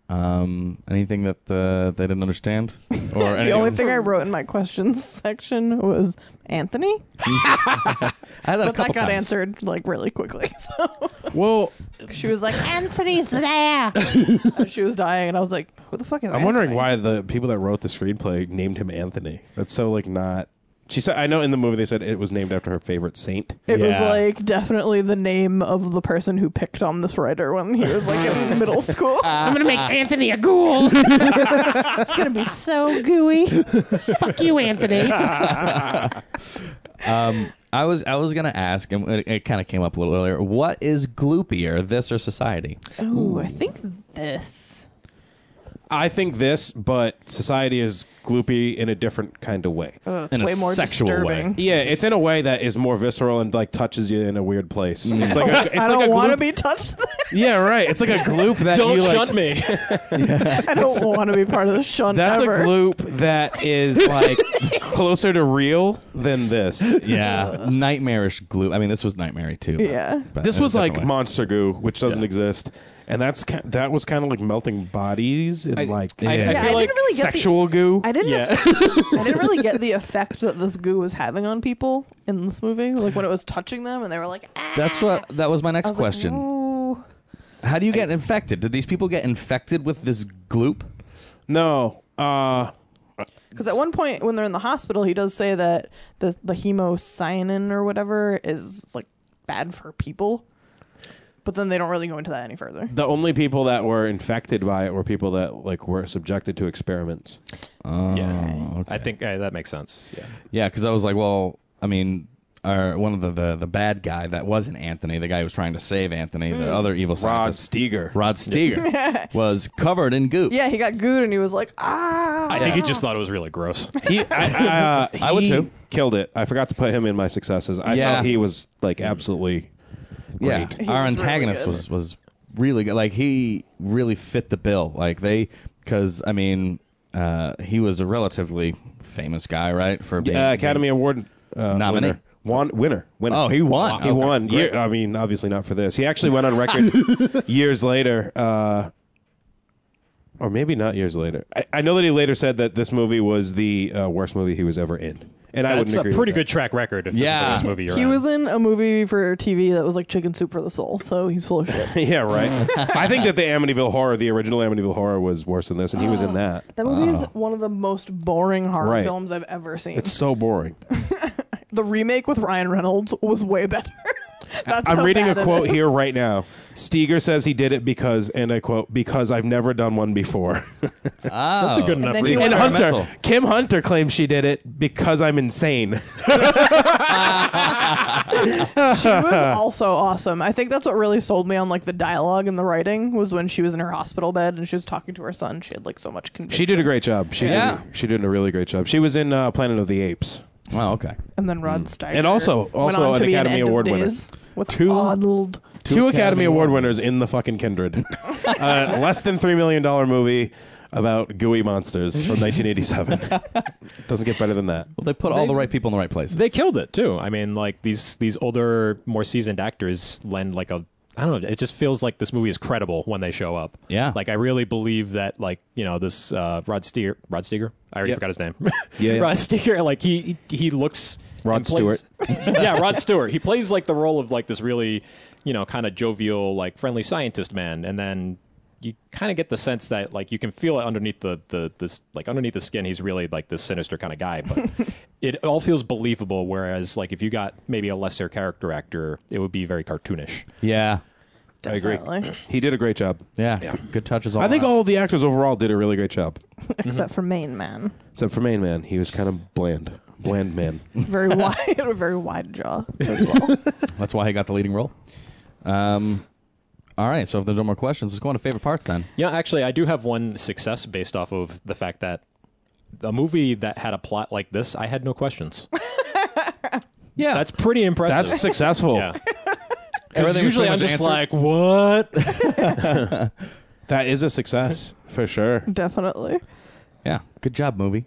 [SPEAKER 3] um, anything that uh, they didn't understand or anything
[SPEAKER 4] The only thing I wrote in my questions section was Anthony,
[SPEAKER 3] I had that a
[SPEAKER 4] but that
[SPEAKER 3] couple
[SPEAKER 4] got
[SPEAKER 3] times.
[SPEAKER 4] answered like really quickly. So
[SPEAKER 5] Well,
[SPEAKER 4] she was like, "Anthony's there." she was dying, and I was like, "Who the fuck is?"
[SPEAKER 5] I'm wondering why the people that wrote the screenplay named him Anthony. That's so like not. She said, I know in the movie they said it was named after her favorite saint.
[SPEAKER 4] It
[SPEAKER 6] Yeah.
[SPEAKER 4] was like definitely the name of the person who picked on this writer when he was like in middle school.
[SPEAKER 5] Uh,
[SPEAKER 2] I'm gonna make Anthony a ghoul.
[SPEAKER 4] It's gonna be so gooey.
[SPEAKER 2] Fuck you, Anthony.
[SPEAKER 3] Um, I was I was gonna ask, and it, it kind of came up a little earlier. What is gloopier, this or society?
[SPEAKER 4] Ooh, I think this.
[SPEAKER 5] I think this, but society is gloopy in a different kind of way.
[SPEAKER 3] In a
[SPEAKER 4] way more
[SPEAKER 3] sexual
[SPEAKER 4] disturbing.
[SPEAKER 3] way.
[SPEAKER 5] yeah, it's in a way that is more visceral and like touches you in a weird place. It's like a, it's
[SPEAKER 4] Mm. I
[SPEAKER 5] like
[SPEAKER 4] don't
[SPEAKER 5] a
[SPEAKER 4] want to
[SPEAKER 5] gloop-
[SPEAKER 4] be touched. There.
[SPEAKER 5] Yeah, right. It's like a gloop that
[SPEAKER 6] Don't
[SPEAKER 5] you like,
[SPEAKER 6] shunt me.
[SPEAKER 4] I don't want to be part of the shunt
[SPEAKER 5] That's
[SPEAKER 4] ever.
[SPEAKER 5] a gloop that is like closer to real than this.
[SPEAKER 3] Yeah, nightmarish gloop. I mean, this was nightmary too. but-
[SPEAKER 4] Yeah.
[SPEAKER 3] but
[SPEAKER 5] This
[SPEAKER 3] in a
[SPEAKER 5] was like
[SPEAKER 3] different way.
[SPEAKER 5] Monster Goo, which doesn't exist, and that's ki- that was kind of like melting bodies and like
[SPEAKER 3] I- I Yeah, feel
[SPEAKER 4] I didn't like really get the-
[SPEAKER 5] sexual goo.
[SPEAKER 4] I didn't. I didn't really get the effect that this goo was having on people in this movie. Like when it was touching them, and they were like, "Ah."
[SPEAKER 3] That's what. That was my next
[SPEAKER 4] I was like,
[SPEAKER 3] question.
[SPEAKER 4] "Ooh."
[SPEAKER 3] How do you get infected? Did these people get infected with this gloop?
[SPEAKER 5] no, uh,
[SPEAKER 4] Because at one point, when they're in the hospital, he does say that the the hemocyanin or whatever is like bad for people. But then they don't really go into that any further.
[SPEAKER 5] the only people that were infected by it were people that like were subjected to experiments.
[SPEAKER 6] yeah,
[SPEAKER 3] Oh,
[SPEAKER 6] I think uh, that makes sense. Yeah.
[SPEAKER 3] Yeah, because I was like, well, I mean, our, one of the, the the bad guy that wasn't Anthony, the guy who was trying to save Anthony, the other evil
[SPEAKER 5] Rod
[SPEAKER 3] scientist,
[SPEAKER 5] Steger.
[SPEAKER 3] Rod Steger, was covered in goop.
[SPEAKER 4] Yeah, he got gooed and he was like, ah.
[SPEAKER 6] I think he just thought it was really gross.
[SPEAKER 5] He, I, I, uh, he
[SPEAKER 3] I would too.
[SPEAKER 5] Killed it. I forgot to put him in my successes. I
[SPEAKER 3] Yeah.
[SPEAKER 5] thought he was like absolutely.
[SPEAKER 3] Yeah,
[SPEAKER 5] Great.
[SPEAKER 3] our
[SPEAKER 4] was really
[SPEAKER 3] antagonist
[SPEAKER 4] good.
[SPEAKER 3] was was really good. Like he really fit the bill. Like they, because I mean, uh, he was a relatively famous guy, right? For being
[SPEAKER 5] Uh, Academy Award uh,
[SPEAKER 3] Nominee?
[SPEAKER 5] winner. Won, winner, winner.
[SPEAKER 3] Oh, he won.
[SPEAKER 5] He
[SPEAKER 3] Okay,
[SPEAKER 5] won. Year, I mean, obviously not for this. He actually went on record years later, uh, or maybe not years later. I, I know that he later said that this movie was the uh, worst movie he was ever in, and I
[SPEAKER 6] That's
[SPEAKER 5] wouldn't
[SPEAKER 6] a
[SPEAKER 5] agree.
[SPEAKER 6] pretty
[SPEAKER 5] with
[SPEAKER 6] good track record. If
[SPEAKER 3] Yeah.
[SPEAKER 6] this is the last movie you're
[SPEAKER 4] He
[SPEAKER 6] on.
[SPEAKER 4] was in a movie for TV that was like Chicken Soup for the Soul, so he's full of shit.
[SPEAKER 5] that. yeah, right. I think that the Amityville Horror, the original Amityville Horror, was worse than this, and he was in that.
[SPEAKER 4] That movie is one of the most boring horror
[SPEAKER 5] Right.
[SPEAKER 4] films I've ever seen.
[SPEAKER 5] It's so boring.
[SPEAKER 4] the remake with Ryan Reynolds was way better. That's
[SPEAKER 5] I'm
[SPEAKER 4] how
[SPEAKER 5] reading a
[SPEAKER 4] bad it
[SPEAKER 5] quote
[SPEAKER 4] is.
[SPEAKER 5] here right now. Steger says he did it because, and I quote, because I've never done one before.
[SPEAKER 3] that's
[SPEAKER 6] good enough.
[SPEAKER 4] then he
[SPEAKER 6] reason.
[SPEAKER 5] and
[SPEAKER 4] went-
[SPEAKER 5] Hunter,
[SPEAKER 3] Experimental.
[SPEAKER 5] Kim Hunter claims she did it because I'm insane.
[SPEAKER 4] She was also awesome. I think that's what really sold me on like the dialogue and the writing was when she was in her hospital bed and she was talking to her son. She had like so much conviction.
[SPEAKER 5] She did a great job. She
[SPEAKER 3] Yeah.
[SPEAKER 5] did, she did a really great job. She was in uh, Planet of the Apes.
[SPEAKER 3] Wow. Okay.
[SPEAKER 4] and then Rod Steiger.
[SPEAKER 5] Mm. And also-
[SPEAKER 4] went
[SPEAKER 5] also
[SPEAKER 4] on
[SPEAKER 5] an
[SPEAKER 4] to be
[SPEAKER 5] Academy
[SPEAKER 4] End of
[SPEAKER 5] Award winner.
[SPEAKER 4] Days with
[SPEAKER 5] Two-
[SPEAKER 4] Arnold.
[SPEAKER 5] Two, Academy Award winners in the fucking Kindred. uh, less than $3 million movie about gooey monsters from 1987. Doesn't get better than that.
[SPEAKER 3] Well, they put all the right people in the right places.
[SPEAKER 6] They killed it too. I mean, like these these older, more seasoned actors lend like a I don't know. It just feels like this movie is credible when they show up.
[SPEAKER 3] Yeah.
[SPEAKER 6] Like I really believe that like you know this uh, Rod Steer Rod Steger. I already
[SPEAKER 5] Yep.
[SPEAKER 6] forgot his name.
[SPEAKER 5] Yeah, yeah.
[SPEAKER 6] Rod Steger. Like he he he looks.
[SPEAKER 5] Rod
[SPEAKER 6] and plays- yeah, Rod Stewart. He plays like the role of like this really, you know, kind of jovial, like friendly scientist man, and then you kind of get the sense that like you can feel it underneath the the this like underneath the skin. He's really like this sinister kind of guy, but it all feels believable. Whereas like if you got maybe a lesser character actor, it would be very cartoonish.
[SPEAKER 3] yeah.
[SPEAKER 5] I agree. Mm-hmm.
[SPEAKER 4] Definitely.
[SPEAKER 5] He did a great job. Uh,
[SPEAKER 3] yeah. Good touches. All
[SPEAKER 5] I think
[SPEAKER 3] around.
[SPEAKER 5] all of the actors overall did a really great job.
[SPEAKER 4] Except for Maine Man,
[SPEAKER 5] Except for Main Man. He was kind of bland. Bland man.
[SPEAKER 4] very wide, a very wide jaw.
[SPEAKER 3] That's why he got the leading role. Um. All right. So if there's no more questions, let's go on to favorite parts then.
[SPEAKER 6] Yeah, actually, I do have one success based off of the fact that a movie that had a plot like this, I had no questions.
[SPEAKER 3] Yeah.
[SPEAKER 6] That's pretty impressive.
[SPEAKER 5] That's successful.
[SPEAKER 6] yeah.
[SPEAKER 3] 'Cause
[SPEAKER 6] Everything was
[SPEAKER 3] usually
[SPEAKER 6] pretty
[SPEAKER 3] I'm
[SPEAKER 6] much
[SPEAKER 3] just
[SPEAKER 6] answered.
[SPEAKER 3] like,
[SPEAKER 5] what? that is a success for sure.
[SPEAKER 4] Definitely.
[SPEAKER 3] yeah. Good job, movie.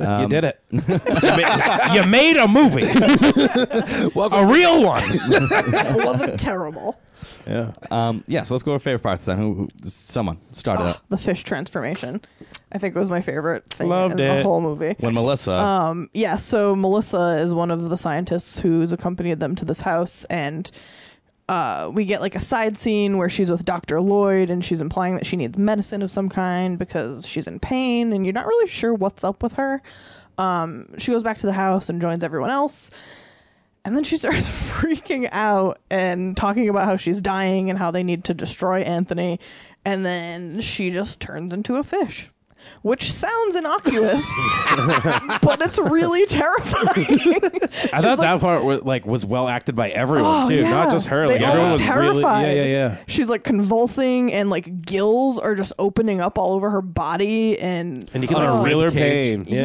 [SPEAKER 3] Um,
[SPEAKER 5] you did it. you, made, you made a movie, a real one.
[SPEAKER 4] It wasn't terrible.
[SPEAKER 5] yeah.
[SPEAKER 3] Um. Yeah. So let's go to favorite parts then. Who? who someone started it.
[SPEAKER 4] The fish transformation, I think, was my favorite thing
[SPEAKER 5] Loved
[SPEAKER 4] in the
[SPEAKER 5] it.
[SPEAKER 4] whole movie.
[SPEAKER 3] When Melissa.
[SPEAKER 4] Um, yeah, so Melissa is one of the scientists who's accompanied them to this house, and uh, we get like a side scene where she's with Dr. Lloyd and she's implying that she needs medicine of some kind because she's in pain, and you're not really sure what's up with her. Um, she goes back to the house and joins everyone else. And then she starts freaking out and talking about how she's dying and how they need to destroy Anthony. And then she just turns into a fish, which sounds innocuous, but it's really terrifying.
[SPEAKER 5] I thought that part was like was well acted by everyone
[SPEAKER 4] Oh,
[SPEAKER 5] too,
[SPEAKER 4] yeah.
[SPEAKER 5] not just her.
[SPEAKER 4] They
[SPEAKER 5] Like
[SPEAKER 4] all
[SPEAKER 5] everyone was really,
[SPEAKER 4] terrified.
[SPEAKER 5] yeah, yeah, yeah.
[SPEAKER 4] She's like convulsing and like gills are just opening up all over her body. And,
[SPEAKER 5] And you can like feel her pain. Yeah.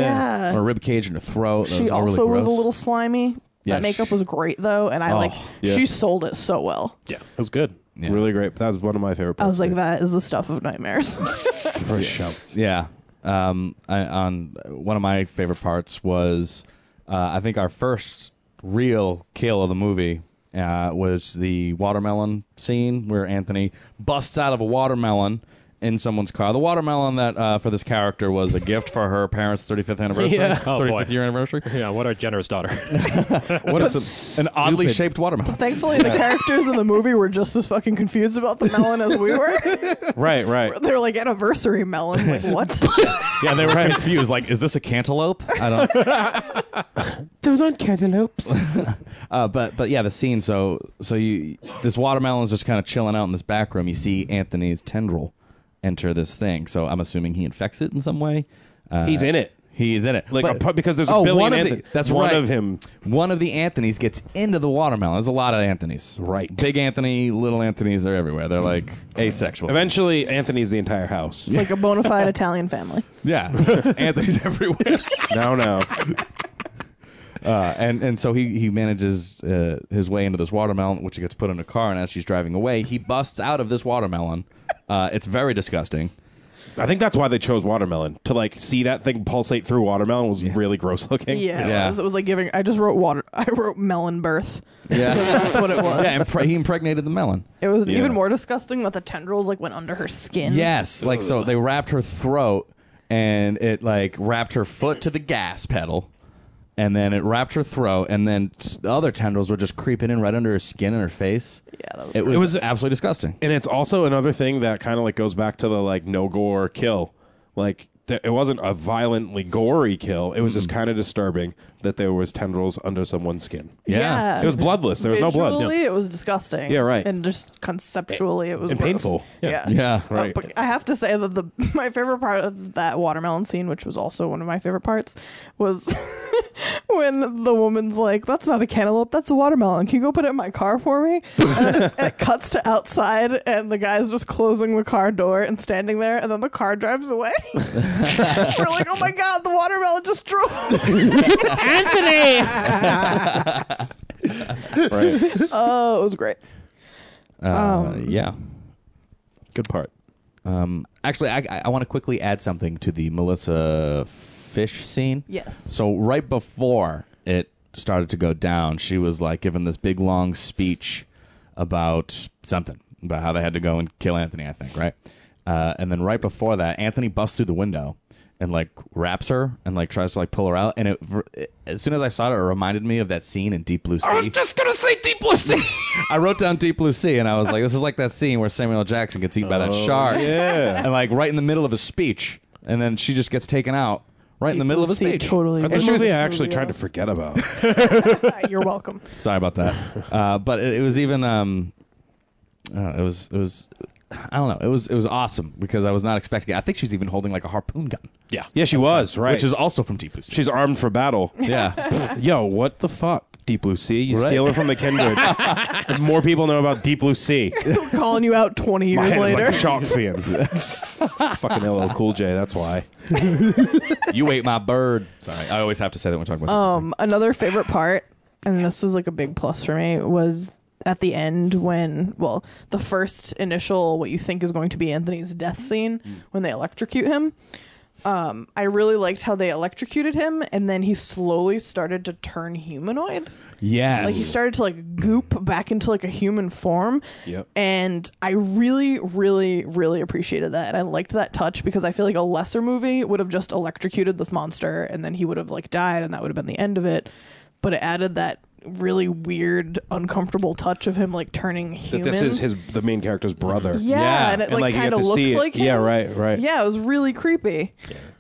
[SPEAKER 4] yeah.
[SPEAKER 3] or a rib cage in her throat. That
[SPEAKER 4] she
[SPEAKER 3] was all
[SPEAKER 4] also
[SPEAKER 3] really
[SPEAKER 4] was a
[SPEAKER 3] gross. Oh,
[SPEAKER 4] little slimy.
[SPEAKER 3] Yeah,
[SPEAKER 4] that makeup
[SPEAKER 3] she-
[SPEAKER 4] was great though, and I like
[SPEAKER 5] yeah.
[SPEAKER 4] she sold it so well.
[SPEAKER 5] yeah, it was good. Really great. That was one of my favorite.
[SPEAKER 4] I
[SPEAKER 5] Parts
[SPEAKER 4] was like,
[SPEAKER 5] too.
[SPEAKER 4] that is the stuff of nightmares.
[SPEAKER 5] for sure.
[SPEAKER 3] Yeah. Um, I, on one of my favorite parts was, uh, I think our first real kill of the movie uh, was the watermelon scene where Anthony busts out of a watermelon in someone's car. The watermelon that uh, for this character was a gift for her parents' 35th anniversary,
[SPEAKER 5] Yeah.
[SPEAKER 6] Oh, boy.
[SPEAKER 3] 35th year anniversary.
[SPEAKER 6] Yeah, what a generous daughter.
[SPEAKER 5] What is
[SPEAKER 3] An oddly
[SPEAKER 5] Stupid.
[SPEAKER 3] shaped watermelon.
[SPEAKER 4] Thankfully, the characters in the movie were just as fucking confused about the melon as we were.
[SPEAKER 5] right, right.
[SPEAKER 4] they were like anniversary melon. Like what?
[SPEAKER 3] Yeah, they were confused. Like, is this a cantaloupe? I don't.
[SPEAKER 5] Those aren't cantaloupes.
[SPEAKER 3] Uh, but but yeah, the scene. So so you this watermelon's just kind of chilling out in this back room. You see Anthony's tendril enter this thing. So I'm assuming he infects it in some way. Uh,
[SPEAKER 5] He's in it.
[SPEAKER 3] He's in it.
[SPEAKER 5] Like a
[SPEAKER 3] But-
[SPEAKER 5] pu- because there's a
[SPEAKER 3] oh,
[SPEAKER 5] billion
[SPEAKER 3] one of the-
[SPEAKER 5] Anthony-
[SPEAKER 3] that's
[SPEAKER 5] one
[SPEAKER 3] right.
[SPEAKER 5] of him.
[SPEAKER 3] One of the Anthony's gets into the watermelon. There's a lot of Anthony's.
[SPEAKER 5] Right.
[SPEAKER 3] Big Anthony, little Anthony's. They're everywhere. They're like asexual.
[SPEAKER 5] Eventually, Anthony's the entire house.
[SPEAKER 4] like a bona fide Italian family.
[SPEAKER 3] yeah, Anthony's everywhere.
[SPEAKER 5] no, no.
[SPEAKER 3] Uh, and and so he he manages uh, his way into this watermelon, which gets put in a car. And as she's driving away, he busts out of this watermelon. Uh, it's very disgusting.
[SPEAKER 5] I think that's why they chose watermelon to like see that thing pulsate through watermelon was really gross looking.
[SPEAKER 4] Yeah,
[SPEAKER 3] Yeah.
[SPEAKER 4] It, was, it was like giving. I just wrote water. I wrote melon birth.
[SPEAKER 3] Yeah.
[SPEAKER 4] That's what it was.
[SPEAKER 3] yeah, impre- he impregnated the melon.
[SPEAKER 4] It was
[SPEAKER 5] Yeah.
[SPEAKER 4] even more disgusting that the tendrils like went under her skin.
[SPEAKER 3] Yes, like so they wrapped her throat and it like wrapped her foot to the gas pedal. And then it wrapped her throat, and then s- the other tendrils were just creeping in right under her skin and her face.
[SPEAKER 4] Yeah, that was
[SPEAKER 3] it was,
[SPEAKER 5] It was-
[SPEAKER 3] absolutely disgusting.
[SPEAKER 5] And it's also another thing that kind of like goes back to the like no gore kill. Like th- it wasn't a violently gory kill. It was just kind of disturbing that there was tendrils under someone's skin.
[SPEAKER 3] Yeah. Uh,
[SPEAKER 5] It was bloodless. There was no blood.
[SPEAKER 4] Visually, it was disgusting.
[SPEAKER 5] Yeah, right.
[SPEAKER 4] And just conceptually, it was
[SPEAKER 5] And
[SPEAKER 4] gross.
[SPEAKER 5] painful.
[SPEAKER 4] Yeah,
[SPEAKER 3] Yeah.
[SPEAKER 4] Uh,
[SPEAKER 5] Right.
[SPEAKER 4] but I have to say that the my favorite part of that watermelon scene, which was also one of my favorite parts, was when the woman's like, "That's not a cantaloupe, that's a watermelon. Can you go put it in my car for me?" And, it- and it cuts to outside, and the guy's just closing the car door and standing there, and then the car drives away. We're like, "Oh my god, the watermelon just drove!"
[SPEAKER 2] Anthony!
[SPEAKER 5] Right.
[SPEAKER 4] oh, it was great.
[SPEAKER 3] Uh, yeah.
[SPEAKER 5] Good part.
[SPEAKER 3] Um, actually, I, I- I want to quickly add something to the Melissa Fish scene.
[SPEAKER 4] Yes.
[SPEAKER 3] So right before it started to go down, she was like giving this big long speech about something about how they had to go and kill Anthony, I think, right? Uh, and then right before that, Anthony busts through the window and like wraps her and like tries to like pull her out. And it, as soon as I saw it, it reminded me of that scene in Deep Blue Sea. I was just gonna say Deep Blue Sea. I wrote down Deep Blue Sea, and I was like, this is like that scene where Samuel L. Jackson gets eaten by that Oh, shark,
[SPEAKER 5] Yeah.
[SPEAKER 3] and like right in the middle of his speech, and then she just gets taken out right in the middle of his
[SPEAKER 4] See,
[SPEAKER 3] speech.
[SPEAKER 4] Totally.
[SPEAKER 5] That's a
[SPEAKER 4] agree.
[SPEAKER 5] movie I actually tried to forget about.
[SPEAKER 4] You're welcome.
[SPEAKER 3] Sorry about that. Uh, but it, it was even um, uh, it was it was I don't know. It was it was awesome because I was not expecting it. I think she's even holding like a harpoon gun,
[SPEAKER 6] Yeah.
[SPEAKER 5] Yeah, she was right.
[SPEAKER 3] which is also from Deep Blue Sea.
[SPEAKER 5] she's armed for battle.
[SPEAKER 3] yeah,
[SPEAKER 5] Yo, what the fuck, Deep Blue Sea? You
[SPEAKER 3] Right.
[SPEAKER 5] steal it from the kindred. If More people know about Deep Blue Sea.
[SPEAKER 4] Calling you out 20
[SPEAKER 5] My
[SPEAKER 4] years
[SPEAKER 5] head is
[SPEAKER 4] later.
[SPEAKER 5] like a shark fin. Fucking LL Cool J. That's why.
[SPEAKER 3] you ate my bird. Sorry, I always have to say that when talking about. Deep Blue Sea.
[SPEAKER 4] Um, another favorite part, and this was like a big plus for me, was at the end when, well, the first initial what you think is going to be Anthony's death scene
[SPEAKER 5] Mm.
[SPEAKER 4] when they electrocute him. Um, I really liked how they electrocuted him, and then he slowly started to turn humanoid.
[SPEAKER 3] yes,
[SPEAKER 4] Like he started to like goop back into like a human form.
[SPEAKER 5] Yep.
[SPEAKER 4] And I really, really, really appreciated that. And I liked that touch because I feel like a lesser movie would have just electrocuted this monster and then he would have like died and that would have been the end of it. But it added that really weird, uncomfortable touch of him like turning
[SPEAKER 5] That
[SPEAKER 4] human.
[SPEAKER 5] this is his the main character's brother.
[SPEAKER 4] yeah,
[SPEAKER 3] Yeah.
[SPEAKER 4] and it
[SPEAKER 5] And,
[SPEAKER 4] like,
[SPEAKER 5] like, you get
[SPEAKER 4] kind of
[SPEAKER 5] to
[SPEAKER 4] looks
[SPEAKER 5] see it.
[SPEAKER 4] like him.
[SPEAKER 5] Yeah, right, right.
[SPEAKER 4] Yeah, it was really creepy.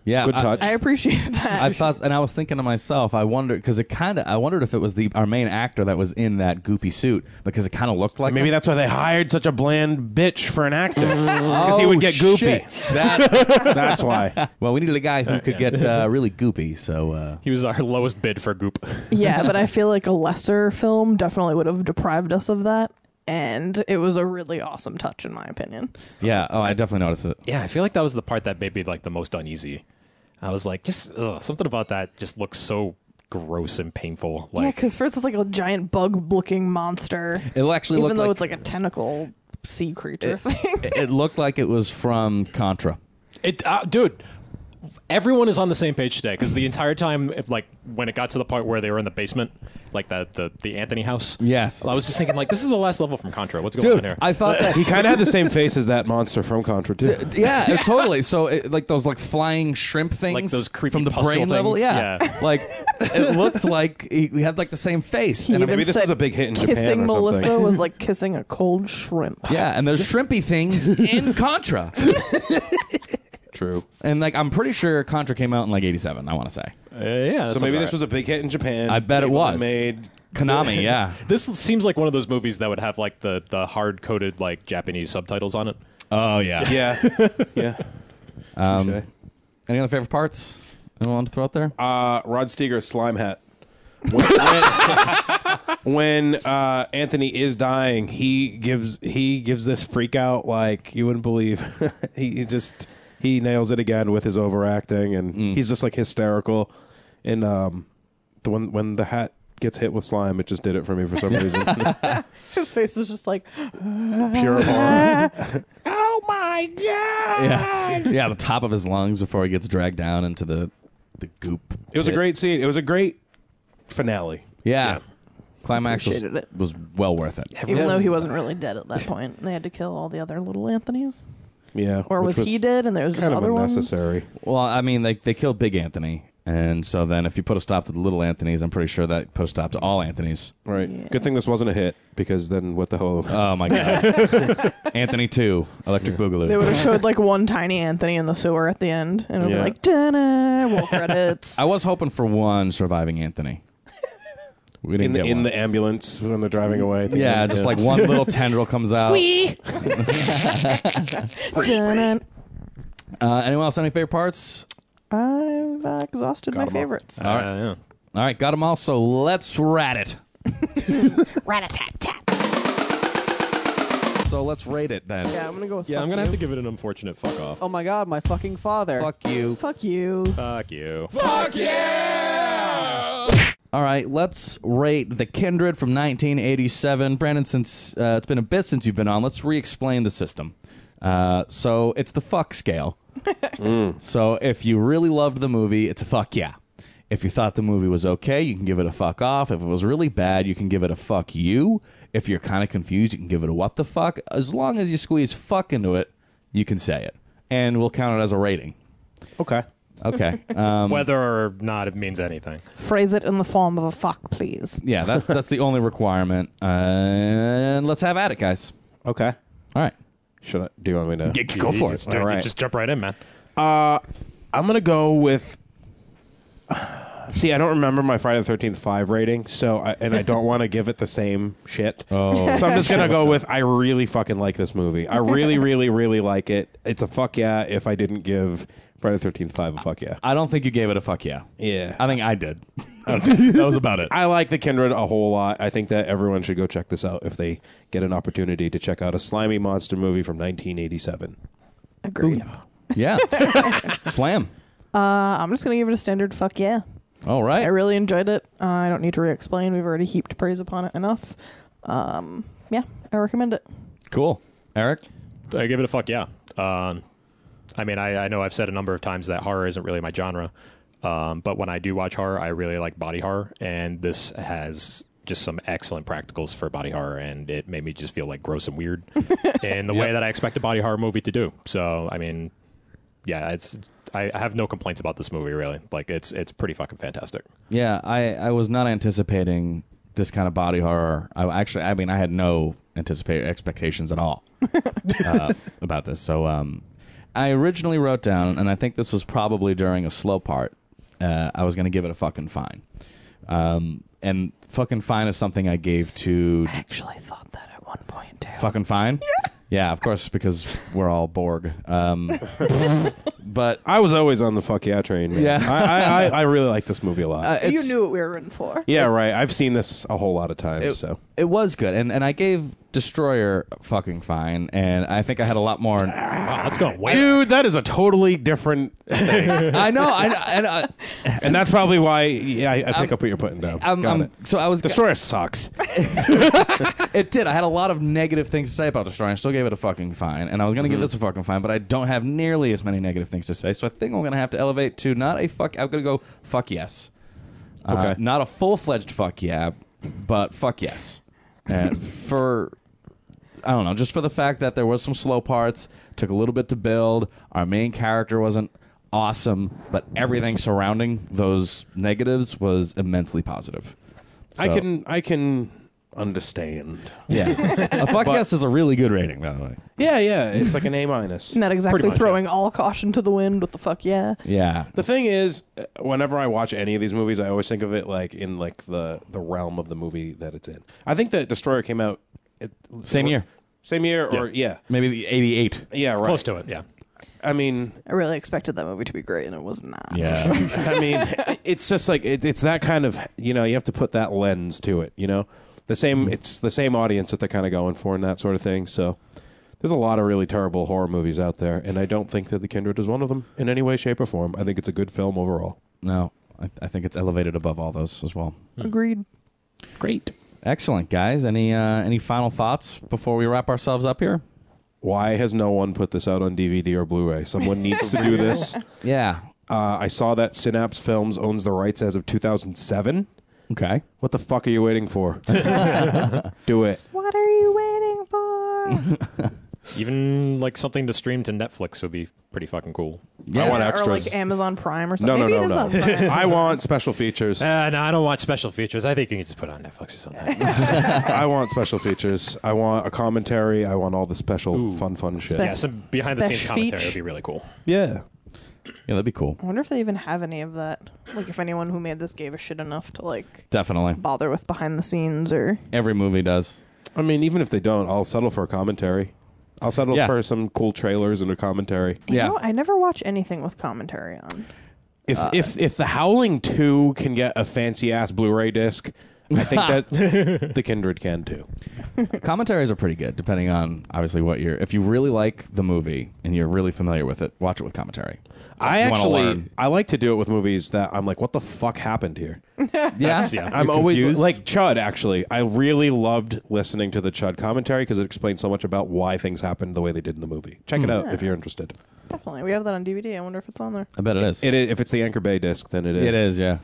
[SPEAKER 3] yeah,
[SPEAKER 5] Good
[SPEAKER 3] I-
[SPEAKER 5] touch.
[SPEAKER 4] I appreciate that.
[SPEAKER 3] I thought, and I was thinking to myself, I wondered because it kind of, I wondered if it was the our main actor that was in that goopy suit because it kind of looked like
[SPEAKER 5] Maybe
[SPEAKER 3] him.
[SPEAKER 5] that's why they hired such a bland bitch for an actor. Because he would get
[SPEAKER 3] Oh,
[SPEAKER 5] goopy.
[SPEAKER 3] shit. That,
[SPEAKER 5] That's why.
[SPEAKER 3] well, we needed a guy who could get uh, really goopy. So uh,
[SPEAKER 6] He was our lowest bid for Goop.
[SPEAKER 4] yeah, but I feel like a lesser film definitely would have deprived us of that. And it was a really awesome touch, in my opinion.
[SPEAKER 3] yeah, oh, I definitely noticed it.
[SPEAKER 6] Yeah, I feel like that was the part that made me like the most uneasy. I was like, just ugh, something about that just looks so gross and painful.
[SPEAKER 4] yeah,
[SPEAKER 6] Like,
[SPEAKER 4] because first it's like a giant bug-looking monster,
[SPEAKER 3] It actually
[SPEAKER 4] even
[SPEAKER 3] looked
[SPEAKER 4] though
[SPEAKER 3] like
[SPEAKER 4] it's like a tentacle sea creature thing.
[SPEAKER 3] it it looked like it was from Contra.
[SPEAKER 6] it, uh, dude. Everyone is on the same page today because the entire time, if, like when it got to the part where they were in the basement, like the the, the Anthony house.
[SPEAKER 3] Yes.
[SPEAKER 6] I was just thinking like, this is the last level from Contra. What's going on
[SPEAKER 3] Dude,
[SPEAKER 6] here?
[SPEAKER 3] I thought that.
[SPEAKER 5] He kind of had the same face as that monster from Contra too.
[SPEAKER 3] yeah, it- totally. So, it, like those like flying shrimp things,
[SPEAKER 6] Like those creepy
[SPEAKER 3] from the
[SPEAKER 6] pustule
[SPEAKER 3] brain level.
[SPEAKER 6] things?
[SPEAKER 3] Yeah,
[SPEAKER 6] Yeah.
[SPEAKER 3] like it looked like he, he had like the same face. And
[SPEAKER 5] maybe this
[SPEAKER 4] said
[SPEAKER 5] was a big hit in Japan
[SPEAKER 4] kissing
[SPEAKER 5] or
[SPEAKER 4] Melissa
[SPEAKER 5] something.
[SPEAKER 4] was like kissing a cold shrimp.
[SPEAKER 3] yeah, and there's shrimpy things in Contra,
[SPEAKER 5] True.
[SPEAKER 3] and like I'm pretty sure Contra came out in like '87. I want to say
[SPEAKER 6] Uh, yeah.
[SPEAKER 5] So maybe this was a big hit in Japan.
[SPEAKER 3] I bet it
[SPEAKER 5] People
[SPEAKER 3] was.
[SPEAKER 5] made.
[SPEAKER 3] Konami. Yeah.
[SPEAKER 6] This seems like one of those movies that would have like the the hard coded like Japanese subtitles on it.
[SPEAKER 3] Oh yeah.
[SPEAKER 5] Yeah, Um, yeah. Touche.
[SPEAKER 3] Any other favorite parts? Anyone want to throw out there?
[SPEAKER 5] uh, Rod Steger's slime hat. When, when, when, uh, Anthony is dying, he gives he gives this freak out like you wouldn't believe. he, he just he nails it again with his overacting, and he's just like hysterical. And um, the one when the hat gets hit with slime, it just did it for me for some reason.
[SPEAKER 4] His face is just like
[SPEAKER 5] Pure horror.
[SPEAKER 2] Oh my god!
[SPEAKER 3] yeah. Yeah. The top of his lungs before he gets dragged down into the the goop.
[SPEAKER 5] It was a great scene. It was a great finale.
[SPEAKER 3] Yeah. Climax was,
[SPEAKER 4] Appreciated it.
[SPEAKER 3] was well worth it.
[SPEAKER 4] even though he wasn't really dead at that point, and they had to kill all the other little Anthonys,
[SPEAKER 5] Yeah,
[SPEAKER 4] or
[SPEAKER 5] which
[SPEAKER 4] was, he dead and there was just
[SPEAKER 5] Kind of
[SPEAKER 4] other
[SPEAKER 5] unnecessary.
[SPEAKER 3] Well, I mean, they they killed Big Anthony, and so then if you put a stop to the little Anthony's, I'm pretty sure that put a stop to all Anthony's.
[SPEAKER 5] Right.
[SPEAKER 4] Yeah.
[SPEAKER 5] Good thing this wasn't a hit because then what the hell?
[SPEAKER 3] Oh my god, Anthony two, Electric Boogaloo.
[SPEAKER 4] They would have showed like one tiny Anthony in the sewer at the end, and it would
[SPEAKER 5] Yeah.
[SPEAKER 4] be like dinner, roll credits.
[SPEAKER 3] I was hoping for one surviving Anthony. We didn't
[SPEAKER 5] in the
[SPEAKER 3] get
[SPEAKER 5] in
[SPEAKER 3] one.
[SPEAKER 5] the ambulance when they're driving away.
[SPEAKER 3] yeah, just like one little tendril comes out.
[SPEAKER 2] Wee!
[SPEAKER 4] Dun-dun.
[SPEAKER 3] Uh, anyone else? Any favorite parts?
[SPEAKER 4] I've uh, exhausted my
[SPEAKER 5] them all.
[SPEAKER 4] favorites.
[SPEAKER 3] All right.
[SPEAKER 6] Uh, yeah.
[SPEAKER 3] All right, got them all. So let's rat it.
[SPEAKER 2] Rat a tat tat.
[SPEAKER 3] So let's rate it then.
[SPEAKER 4] Yeah, I'm gonna go with.
[SPEAKER 6] Yeah,
[SPEAKER 4] fuck
[SPEAKER 6] I'm gonna
[SPEAKER 4] you.
[SPEAKER 6] have to give it an unfortunate fuck off.
[SPEAKER 9] Oh my god, my fucking father.
[SPEAKER 3] Fuck you.
[SPEAKER 4] Fuck you.
[SPEAKER 6] Fuck you.
[SPEAKER 3] All right, let's rate The Kindred from 1987. Brandon, since uh, it's been a bit since you've been on, let's re explain the system. Uh, so it's the fuck scale. So if you really loved the movie, it's a fuck yeah. If you thought the movie was okay, you can give it a fuck off. If it was really bad, you can give it a fuck you. If you're kind of confused, you can give it a what the fuck. As long as you squeeze fuck into it, you can say it. And we'll count it as a rating.
[SPEAKER 5] Okay.
[SPEAKER 3] Okay. Um,
[SPEAKER 6] Whether or not it means anything.
[SPEAKER 4] Phrase it in the form of a fuck, please.
[SPEAKER 3] yeah, that's that's the only requirement. Uh, and let's have at it, guys.
[SPEAKER 5] Okay.
[SPEAKER 3] All right.
[SPEAKER 5] Should I? Do you want me to?
[SPEAKER 3] Go for it.
[SPEAKER 6] Just, do it.
[SPEAKER 5] Alright.
[SPEAKER 6] just jump right in, man.
[SPEAKER 5] I'm gonna go with. See, I don't remember my Friday the Thirteenth Five rating, so I, and I don't want to give it the same shit.
[SPEAKER 3] Oh.
[SPEAKER 5] So I'm just gonna go with I really fucking like this movie. I really, really, really like it. It's a fuck yeah. If I didn't give Friday the Thirteenth Five a fuck yeah,
[SPEAKER 3] I don't think you gave it a fuck yeah.
[SPEAKER 5] Yeah.
[SPEAKER 3] I think I did. that was about it.
[SPEAKER 5] I like the Kindred a whole lot. I think that everyone should go check this out if they get an opportunity to check out a slimy monster movie from 1987.
[SPEAKER 4] Agreed.
[SPEAKER 3] Yeah. Slam.
[SPEAKER 4] Uh, I'm just gonna give it a standard fuck yeah.
[SPEAKER 3] All
[SPEAKER 4] I
[SPEAKER 3] right.
[SPEAKER 4] really enjoyed it. Uh, I don't need to re-explain. We've already heaped praise upon it enough. Um, yeah, I recommend it.
[SPEAKER 3] Cool. Eric?
[SPEAKER 6] I give it a fuck yeah. Um, I mean, I, I know I've said a number of times that horror isn't really my genre, um, but when I do watch horror, I really like body horror, and this has just some excellent practicals for body horror, and it made me just feel like gross and weird in the way that I expect a body horror movie to do. So, I mean, yeah, it's I, I have no complaints about this movie really. Like, it's it's pretty fucking fantastic.
[SPEAKER 3] Yeah, I, I was not anticipating this kind of body horror. I actually, I mean, I had no anticipate expectations at all uh, about this. So, um, I originally wrote down, and I think this was probably during a slow part. Uh, I was going to give it a fucking fine, um, and fucking fine is something I gave to
[SPEAKER 4] I actually thought that at one point too.
[SPEAKER 3] fucking fine. Yeah, of course, because we're all Borg. Um, but
[SPEAKER 5] I was always on the fuck yeah train. man.
[SPEAKER 3] Yeah.
[SPEAKER 5] I, I, I, I really like this movie a lot.
[SPEAKER 3] uh,
[SPEAKER 4] you
[SPEAKER 3] it's-
[SPEAKER 4] knew what we were rooting for.
[SPEAKER 5] yeah, right. I've seen this a whole lot of times.
[SPEAKER 3] it,
[SPEAKER 5] so
[SPEAKER 3] it was good, and and I gave Destroyer fucking fine, and I think I had a lot more.
[SPEAKER 6] Wow, that's going way.
[SPEAKER 5] Dude, that is a totally different,
[SPEAKER 3] I know, I, and I,
[SPEAKER 5] and that's probably why. Yeah, I, I pick
[SPEAKER 3] Um,
[SPEAKER 5] up what you're putting down.
[SPEAKER 3] I'm,
[SPEAKER 5] Got
[SPEAKER 3] I'm-
[SPEAKER 5] it.
[SPEAKER 3] so I was
[SPEAKER 5] Destroyer sucks.
[SPEAKER 3] It did. I had a lot of negative things to say about Destroyer. I still gave it a fucking fine, and I was gonna
[SPEAKER 5] Mm-hmm.
[SPEAKER 3] give this a fucking fine, but I don't have nearly as many negative things to say. So I think I'm gonna have to elevate to not a fuck. I'm gonna go fuck yes. Uh,
[SPEAKER 5] Okay.
[SPEAKER 3] not a full fledged fuck yeah, but fuck yes. And for I don't know, just for the fact that there was some slow parts, took a little bit to build. Our main character wasn't awesome, but everything surrounding those negatives was immensely positive.
[SPEAKER 5] I
[SPEAKER 3] So-
[SPEAKER 5] can, I can understand.
[SPEAKER 3] Yeah. a fuck yes is a really good rating, by the way.
[SPEAKER 5] Yeah, yeah. It's like an A minus.
[SPEAKER 4] Not exactly
[SPEAKER 5] Pretty much,
[SPEAKER 4] throwing all caution to the wind with the fuck yeah.
[SPEAKER 3] Yeah.
[SPEAKER 5] The thing is, uh, whenever I watch any of these movies, I always think of it like in like the the realm of the movie that it's in. I think that Destroyer came out at,
[SPEAKER 3] Same year.
[SPEAKER 5] same year, or yeah,
[SPEAKER 3] Maybe the 88.
[SPEAKER 5] yeah, right.
[SPEAKER 6] Close to it, yeah.
[SPEAKER 5] I mean,
[SPEAKER 4] I really expected that movie to be great, and it was not.
[SPEAKER 3] Yeah.
[SPEAKER 5] I mean, it's just like it, it's that kind of you know you have to put that lens to it. You know, the
[SPEAKER 3] Mm-hmm.
[SPEAKER 5] same it's the same audience that they're kind of going for and that sort of thing. So there's a lot of really terrible horror movies out there, and I don't think that The Kindred is one of them in any way, shape, or form. I think it's a good film overall.
[SPEAKER 3] no, I, I think it's elevated above all those as well.
[SPEAKER 4] Agreed.
[SPEAKER 2] Great.
[SPEAKER 3] Excellent, guys. Any uh, any final thoughts before we wrap ourselves up here?
[SPEAKER 5] Why has no one put this out on DVD or Blu-ray? Someone needs to do this.
[SPEAKER 3] Yeah.
[SPEAKER 5] Uh, I saw that Synapse Films owns the rights as of 2007.
[SPEAKER 3] Okay.
[SPEAKER 5] What the fuck are you waiting for? do it.
[SPEAKER 4] What are you waiting for?
[SPEAKER 6] Even like something to stream to Netflix would be pretty fucking cool.
[SPEAKER 5] I want
[SPEAKER 4] or
[SPEAKER 5] extras.
[SPEAKER 4] like Amazon Prime or
[SPEAKER 5] no,
[SPEAKER 4] something.
[SPEAKER 5] no,
[SPEAKER 4] Maybe
[SPEAKER 5] no,
[SPEAKER 4] it is on Prime.
[SPEAKER 5] no. I want special features.
[SPEAKER 6] Uh, no, I don't watch special features. I think you can just put it on Netflix or something.
[SPEAKER 5] I want special features. I want a commentary. I want all the special fun, fun shit.
[SPEAKER 6] yeah,
[SPEAKER 4] Spec-
[SPEAKER 6] some behind the scenes
[SPEAKER 4] Special
[SPEAKER 6] commentary would
[SPEAKER 4] feature.
[SPEAKER 6] be really cool.
[SPEAKER 5] yeah.
[SPEAKER 3] Yeah, that'd be cool.
[SPEAKER 4] I wonder if they even have any of that. Like, if anyone who made this gave a shit enough to like
[SPEAKER 3] Definitely.
[SPEAKER 4] bother with behind the scenes or
[SPEAKER 3] Every movie does.
[SPEAKER 5] I mean, even if they don't, I'll settle for a commentary. I'll settle
[SPEAKER 3] Yeah.
[SPEAKER 5] for some cool trailers and a commentary.
[SPEAKER 4] You
[SPEAKER 3] Yeah.
[SPEAKER 4] know, I never watch anything with commentary on.
[SPEAKER 5] If
[SPEAKER 3] Uh,
[SPEAKER 5] if if the Howling Two can get a fancy ass Blu-ray disc, I think that the Kindred can too.
[SPEAKER 3] Commentaries are pretty good, depending on obviously what you're. If you really like the movie and you're really familiar with it, watch it with commentary.
[SPEAKER 5] I
[SPEAKER 3] You wanna
[SPEAKER 5] actually
[SPEAKER 3] learn.
[SPEAKER 5] I like to do it with movies that I'm like, what the fuck happened here?
[SPEAKER 3] yeah,
[SPEAKER 6] yeah.
[SPEAKER 5] I'm always
[SPEAKER 3] confused?
[SPEAKER 5] like Chud. Actually, I really loved listening to the Chud commentary because it explained so much about why things happened the way they did in the movie. Check
[SPEAKER 3] Hmm.
[SPEAKER 5] it out if you're interested.
[SPEAKER 4] Definitely. We have that on DVD. I wonder if it's on there.
[SPEAKER 3] I bet it is.
[SPEAKER 5] It is, if it's the Anchor Bay disc, then it is.
[SPEAKER 3] It is, yeah.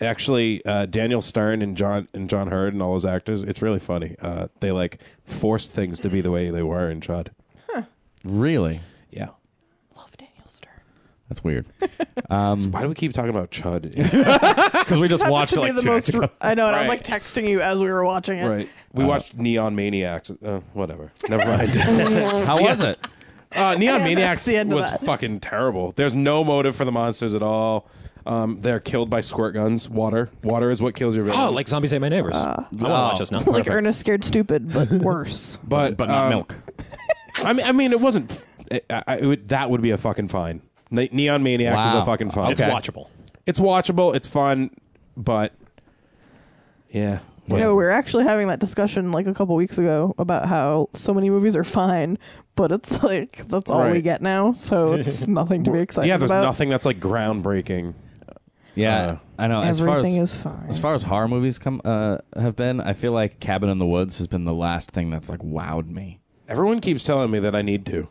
[SPEAKER 5] Yeah, actually, uh, Daniel Stern and John and John Hurd and all those actors. It's really funny. Uh, they like forced things to be the way they were in Chud.
[SPEAKER 3] Really,
[SPEAKER 5] Yeah.
[SPEAKER 4] Love Daniel Stern.
[SPEAKER 3] that's weird. Um,
[SPEAKER 5] Why do we keep talking about Chud?
[SPEAKER 3] Because we just watched
[SPEAKER 4] to
[SPEAKER 3] it
[SPEAKER 4] be
[SPEAKER 3] like
[SPEAKER 4] the
[SPEAKER 3] two
[SPEAKER 4] most.
[SPEAKER 3] days ago.
[SPEAKER 4] I know, and I was
[SPEAKER 5] Right.
[SPEAKER 4] like texting you as we were watching it.
[SPEAKER 5] right. We watched Neon Maniacs. Uh, whatever. Never mind.
[SPEAKER 3] How was it?
[SPEAKER 5] Uh, Neon
[SPEAKER 4] that's
[SPEAKER 5] Maniacs
[SPEAKER 4] the end of
[SPEAKER 5] was
[SPEAKER 4] that.
[SPEAKER 5] fucking terrible. There's no motive for the monsters at all. Um, they're killed by squirt guns. Water. Water is what kills your villain.
[SPEAKER 6] Oh, like zombies ate my neighbors. I want to watch this now.
[SPEAKER 4] Like Ernest scared stupid, but worse.
[SPEAKER 5] but
[SPEAKER 6] but not
[SPEAKER 5] um,
[SPEAKER 6] milk.
[SPEAKER 5] I mean, I mean, it wasn't. f- I, I, it would, that would be a fucking fine. Ne- Neon Maniacs is
[SPEAKER 3] Wow.
[SPEAKER 5] a fucking fine.
[SPEAKER 6] It's watchable.
[SPEAKER 5] It's watchable. It's fun, but yeah.
[SPEAKER 4] You know, we were actually having that discussion like a couple weeks ago about how so many movies are fine, but it's like that's all we
[SPEAKER 5] Right.
[SPEAKER 4] get now, so it's nothing to be excited
[SPEAKER 5] yeah, there's
[SPEAKER 4] about.
[SPEAKER 5] nothing that's like groundbreaking.
[SPEAKER 3] Yeah,
[SPEAKER 5] Uh,
[SPEAKER 3] I know. As far as
[SPEAKER 4] Everything is fine.
[SPEAKER 3] as far as horror movies come uh, have been, I feel like Cabin in the Woods has been the last thing that's like wowed me.
[SPEAKER 5] Everyone keeps telling me that I need to.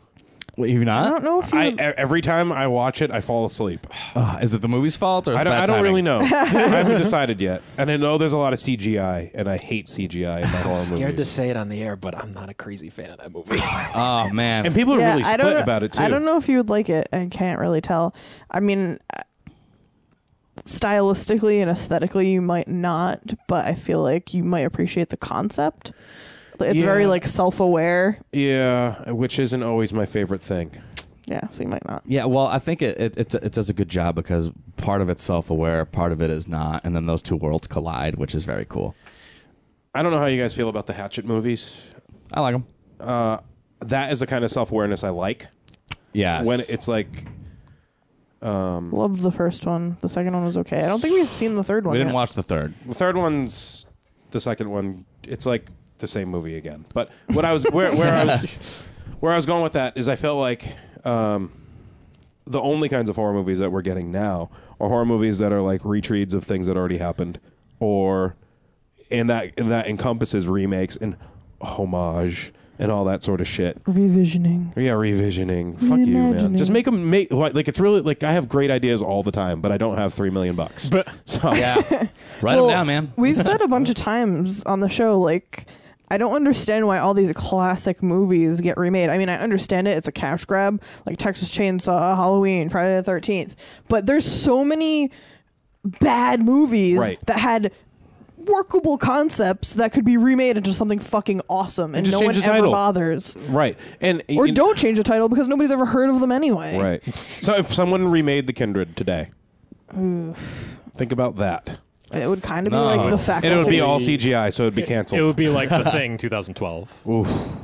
[SPEAKER 3] Wait, you've
[SPEAKER 4] I
[SPEAKER 3] not?
[SPEAKER 4] don't know if you.
[SPEAKER 5] I e- every time I watch it, I fall asleep.
[SPEAKER 3] Ugh, is it the movie's fault or is
[SPEAKER 5] I
[SPEAKER 3] it
[SPEAKER 5] don't,
[SPEAKER 3] bad
[SPEAKER 5] I don't
[SPEAKER 3] timing?
[SPEAKER 5] really know. I haven't decided yet. And I know there's a lot of CGI, and I hate CGI in my horror movies.
[SPEAKER 6] say it on the air, but I'm not a crazy fan of that movie.
[SPEAKER 3] Oh man,
[SPEAKER 5] and people are
[SPEAKER 4] yeah,
[SPEAKER 5] really
[SPEAKER 4] I
[SPEAKER 5] split
[SPEAKER 4] don't know,
[SPEAKER 5] about it, too.
[SPEAKER 4] I don't know if you would like it. I can't really tell. I mean, uh, stylistically and aesthetically, you might not, but I feel like you might appreciate the concept. It's very
[SPEAKER 5] Yeah.
[SPEAKER 4] like self-aware.
[SPEAKER 5] Yeah, which isn't always my favorite thing.
[SPEAKER 4] Yeah, so you might not.
[SPEAKER 3] yeah. Well, I think it, it it it does a good job because part of it's self aware, part of it is not, and then those two worlds collide, which is very cool.
[SPEAKER 5] I don't know how you guys feel about the Hatchet movies.
[SPEAKER 3] I like them.
[SPEAKER 5] That is the kind of self awareness I like.
[SPEAKER 3] Yeah,
[SPEAKER 5] When it's like, Mm.
[SPEAKER 4] Loved the first one. The second one was okay. I don't think we've seen the third one.
[SPEAKER 3] we didn't
[SPEAKER 4] yet.
[SPEAKER 3] watch the third.
[SPEAKER 5] the third one's the second one, it's like the same movie again. But what I was, where, where I was, where I was going with that is I felt like, um, the only kinds of horror movies that we're getting now are horror movies that are like retreads of things that already happened, or and that and that encompasses remakes and homage and all that sort of shit.
[SPEAKER 4] revisioning.
[SPEAKER 5] Yeah, revisioning. Fuck you, man. Just
[SPEAKER 4] Reimagining.
[SPEAKER 5] make them make like, like it's really like I have great ideas all the time, but I don't have three million bucks. But so
[SPEAKER 3] Yeah, write
[SPEAKER 4] Well,
[SPEAKER 3] them down, man.
[SPEAKER 4] We've said a bunch of times on the show, like, I don't understand why all these classic movies get remade. I mean, I understand it. It's a cash grab, like Texas Chainsaw, Halloween, Friday the 13th. But there's so many bad movies
[SPEAKER 5] Right.
[SPEAKER 4] that had workable concepts that could be remade into something fucking awesome and,
[SPEAKER 5] just
[SPEAKER 4] no
[SPEAKER 5] change
[SPEAKER 4] one
[SPEAKER 5] the
[SPEAKER 4] ever
[SPEAKER 5] title.
[SPEAKER 4] bothers.
[SPEAKER 5] right, and
[SPEAKER 4] Or
[SPEAKER 5] and-
[SPEAKER 4] don't change the title because nobody's ever heard of them anyway.
[SPEAKER 5] right. So if someone remade the Kindred today, think about that.
[SPEAKER 4] It would kind of
[SPEAKER 3] No.
[SPEAKER 4] be like the
[SPEAKER 5] And
[SPEAKER 4] faculty.
[SPEAKER 5] it would be all CGI, so it'd be canceled.
[SPEAKER 6] It would be like the thing 2012.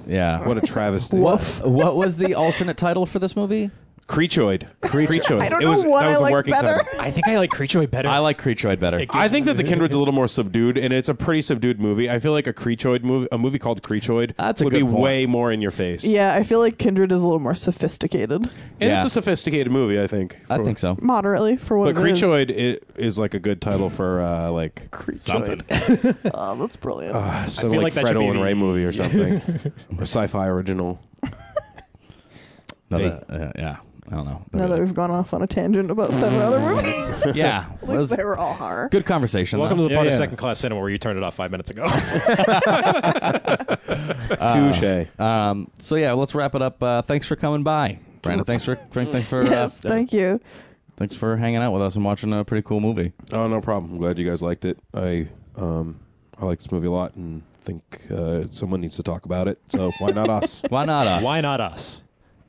[SPEAKER 3] Yeah.
[SPEAKER 5] what a travesty.
[SPEAKER 3] What what was the alternate title for this movie?
[SPEAKER 5] Creechoid. Creechoid.
[SPEAKER 4] I don't
[SPEAKER 5] It
[SPEAKER 4] know
[SPEAKER 5] was-
[SPEAKER 4] what
[SPEAKER 5] that
[SPEAKER 4] I
[SPEAKER 5] was the
[SPEAKER 4] like
[SPEAKER 5] working
[SPEAKER 4] better.
[SPEAKER 5] title.
[SPEAKER 6] I think I like Creature better.
[SPEAKER 3] I like Creechoid better.
[SPEAKER 5] I think that the Kindred's a little more subdued, and it's a pretty subdued movie. I feel like a Creechoid movie, a movie called Creechoid,
[SPEAKER 3] That's a
[SPEAKER 5] would
[SPEAKER 3] good
[SPEAKER 5] be
[SPEAKER 3] point.
[SPEAKER 5] way more in your face.
[SPEAKER 4] Yeah, I feel like Kindred is a little more sophisticated.
[SPEAKER 5] and it's
[SPEAKER 3] Yeah.
[SPEAKER 5] a sophisticated movie. I think.
[SPEAKER 3] I
[SPEAKER 5] for-
[SPEAKER 3] think so.
[SPEAKER 4] Moderately for what
[SPEAKER 5] But
[SPEAKER 4] it is.
[SPEAKER 5] Creechoid is. is like a good title for uh, like
[SPEAKER 3] Something.
[SPEAKER 4] Oh, that's brilliant.
[SPEAKER 5] some
[SPEAKER 6] feel
[SPEAKER 5] like,
[SPEAKER 6] like that
[SPEAKER 5] Fred
[SPEAKER 6] should be
[SPEAKER 5] Olin
[SPEAKER 6] the-
[SPEAKER 5] Ray movie or something, or sci-fi original.
[SPEAKER 3] No,
[SPEAKER 5] Hey.
[SPEAKER 3] that- uh, yeah, I don't know.
[SPEAKER 4] now that we've gone off on a tangent about seven other movies,
[SPEAKER 3] yeah,
[SPEAKER 4] At least
[SPEAKER 3] was-
[SPEAKER 4] they were all horror.
[SPEAKER 3] good conversation.
[SPEAKER 6] Welcome to
[SPEAKER 3] though.
[SPEAKER 6] the part
[SPEAKER 5] yeah.
[SPEAKER 6] of second class cinema where you turned it off five minutes ago.
[SPEAKER 5] Touche.
[SPEAKER 3] Um, so yeah, let's wrap it up. Uh, thanks for coming by, Brandon. Thanks for Frank, thanks for
[SPEAKER 4] Yes,
[SPEAKER 3] uh,
[SPEAKER 4] thank you.
[SPEAKER 3] thanks for hanging out with us and watching a pretty cool movie.
[SPEAKER 5] Oh, no problem. I'm glad you guys liked it. I um, I like this movie a lot, and think uh, someone needs to talk about it. So why not us?
[SPEAKER 3] Why not us?
[SPEAKER 6] Why not us?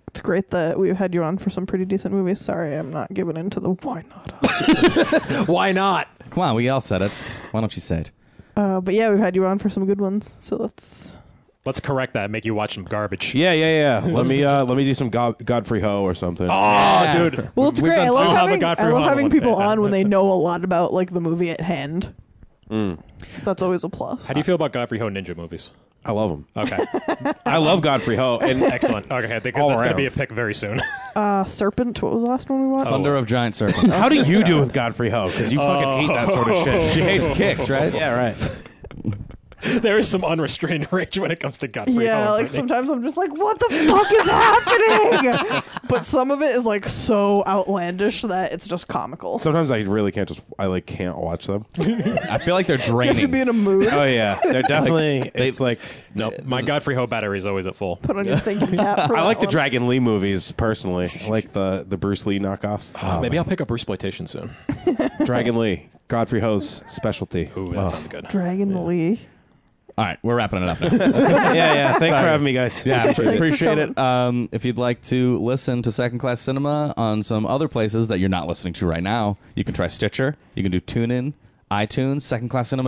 [SPEAKER 4] It's great that we've had you on for some pretty decent movies. Sorry, I'm not giving in to the why not. us?
[SPEAKER 6] Why not?
[SPEAKER 3] Come on, we all said it. Why don't you say it?
[SPEAKER 4] Uh, but yeah, we've had you on for some good ones, so let's
[SPEAKER 6] Let's correct that. and Make you watch some garbage.
[SPEAKER 5] Yeah, yeah, yeah. let me uh, let me do some God- Godfrey Ho or something.
[SPEAKER 6] Oh, dude.
[SPEAKER 4] Well, it's
[SPEAKER 6] We've
[SPEAKER 4] great.
[SPEAKER 6] done
[SPEAKER 4] I
[SPEAKER 6] so-
[SPEAKER 4] love
[SPEAKER 6] I'll have a
[SPEAKER 4] having,
[SPEAKER 6] Godfrey
[SPEAKER 4] I love
[SPEAKER 6] Hovel
[SPEAKER 4] having
[SPEAKER 6] one
[SPEAKER 4] people
[SPEAKER 6] day.
[SPEAKER 4] on when they know a lot about like the movie at hand. That's always a plus.
[SPEAKER 6] How do you feel about Godfrey Ho ninja movies?
[SPEAKER 5] I love him.
[SPEAKER 6] Okay,
[SPEAKER 5] I love Godfrey Ho, and
[SPEAKER 6] excellent. Okay, because
[SPEAKER 5] All
[SPEAKER 6] that's gonna
[SPEAKER 5] around.
[SPEAKER 6] be a pick very soon.
[SPEAKER 4] uh, Serpent. What was the last one we watched?
[SPEAKER 3] Thunder of Giant Serpent.
[SPEAKER 5] how do you do with Godfrey Ho? Because you fucking hate that sort of shit.
[SPEAKER 3] she hates kicks, right? Yeah, right.
[SPEAKER 6] there is some unrestrained rage when it comes to Godfrey
[SPEAKER 4] Yeah,
[SPEAKER 6] Ho. and
[SPEAKER 4] like
[SPEAKER 6] Brittany.
[SPEAKER 4] sometimes I'm just like, what the fuck is happening? But some of it is like so outlandish that it's just comical.
[SPEAKER 5] Sometimes I really can't just I like can't watch them.
[SPEAKER 3] I feel like they're
[SPEAKER 4] you
[SPEAKER 3] draining.
[SPEAKER 4] have to be in a mood.
[SPEAKER 5] Oh yeah, they're definitely. it's like
[SPEAKER 6] Nope, my Godfrey Ho battery is always at full.
[SPEAKER 4] Put on your thinking cap. For
[SPEAKER 5] I
[SPEAKER 4] that
[SPEAKER 5] like the
[SPEAKER 4] one.
[SPEAKER 5] Dragon Lee movies personally. I like the the Bruce Lee knockoff.
[SPEAKER 3] Oh,
[SPEAKER 6] Uh, maybe I'll pick up exploitation soon.
[SPEAKER 5] Dragon Lee, Godfrey Ho's specialty.
[SPEAKER 6] Ooh, that sounds good.
[SPEAKER 4] Dragon Lee.
[SPEAKER 3] All right, we're wrapping it up. Now.
[SPEAKER 5] yeah, yeah. Thanks for having me, guys.
[SPEAKER 3] Yeah,
[SPEAKER 4] for
[SPEAKER 3] appreciate it.
[SPEAKER 4] coming.
[SPEAKER 3] Um, if you'd like to listen to Second Class Cinema on some other places that you're not listening to right now, you can try Stitcher. You can do TuneIn, iTunes,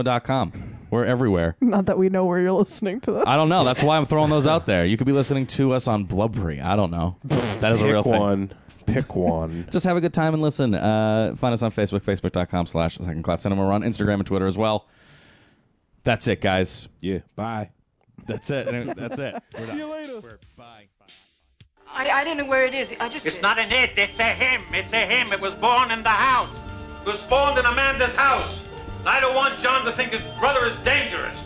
[SPEAKER 3] secondclasscinema.com. We're everywhere.
[SPEAKER 4] Not that we know where you're listening to that.
[SPEAKER 3] I don't know. That's why I'm throwing those out there. You could be listening to us on Blubbery. I don't know. That is a real
[SPEAKER 5] Pick
[SPEAKER 3] thing.
[SPEAKER 5] one. Pick one.
[SPEAKER 3] just have a good time and listen. Uh, find us on Facebook, facebook.com slash second class cinema. We're on Instagram and Twitter as well. That's it, guys.
[SPEAKER 5] yeah. Bye.
[SPEAKER 3] That's it. That's it. See you later.
[SPEAKER 1] I, I don't know where it is. I just
[SPEAKER 9] It's not an it, it's a him. It's a him. It was born in the house. It was born in Amanda's house. And I don't want John to think his brother is dangerous.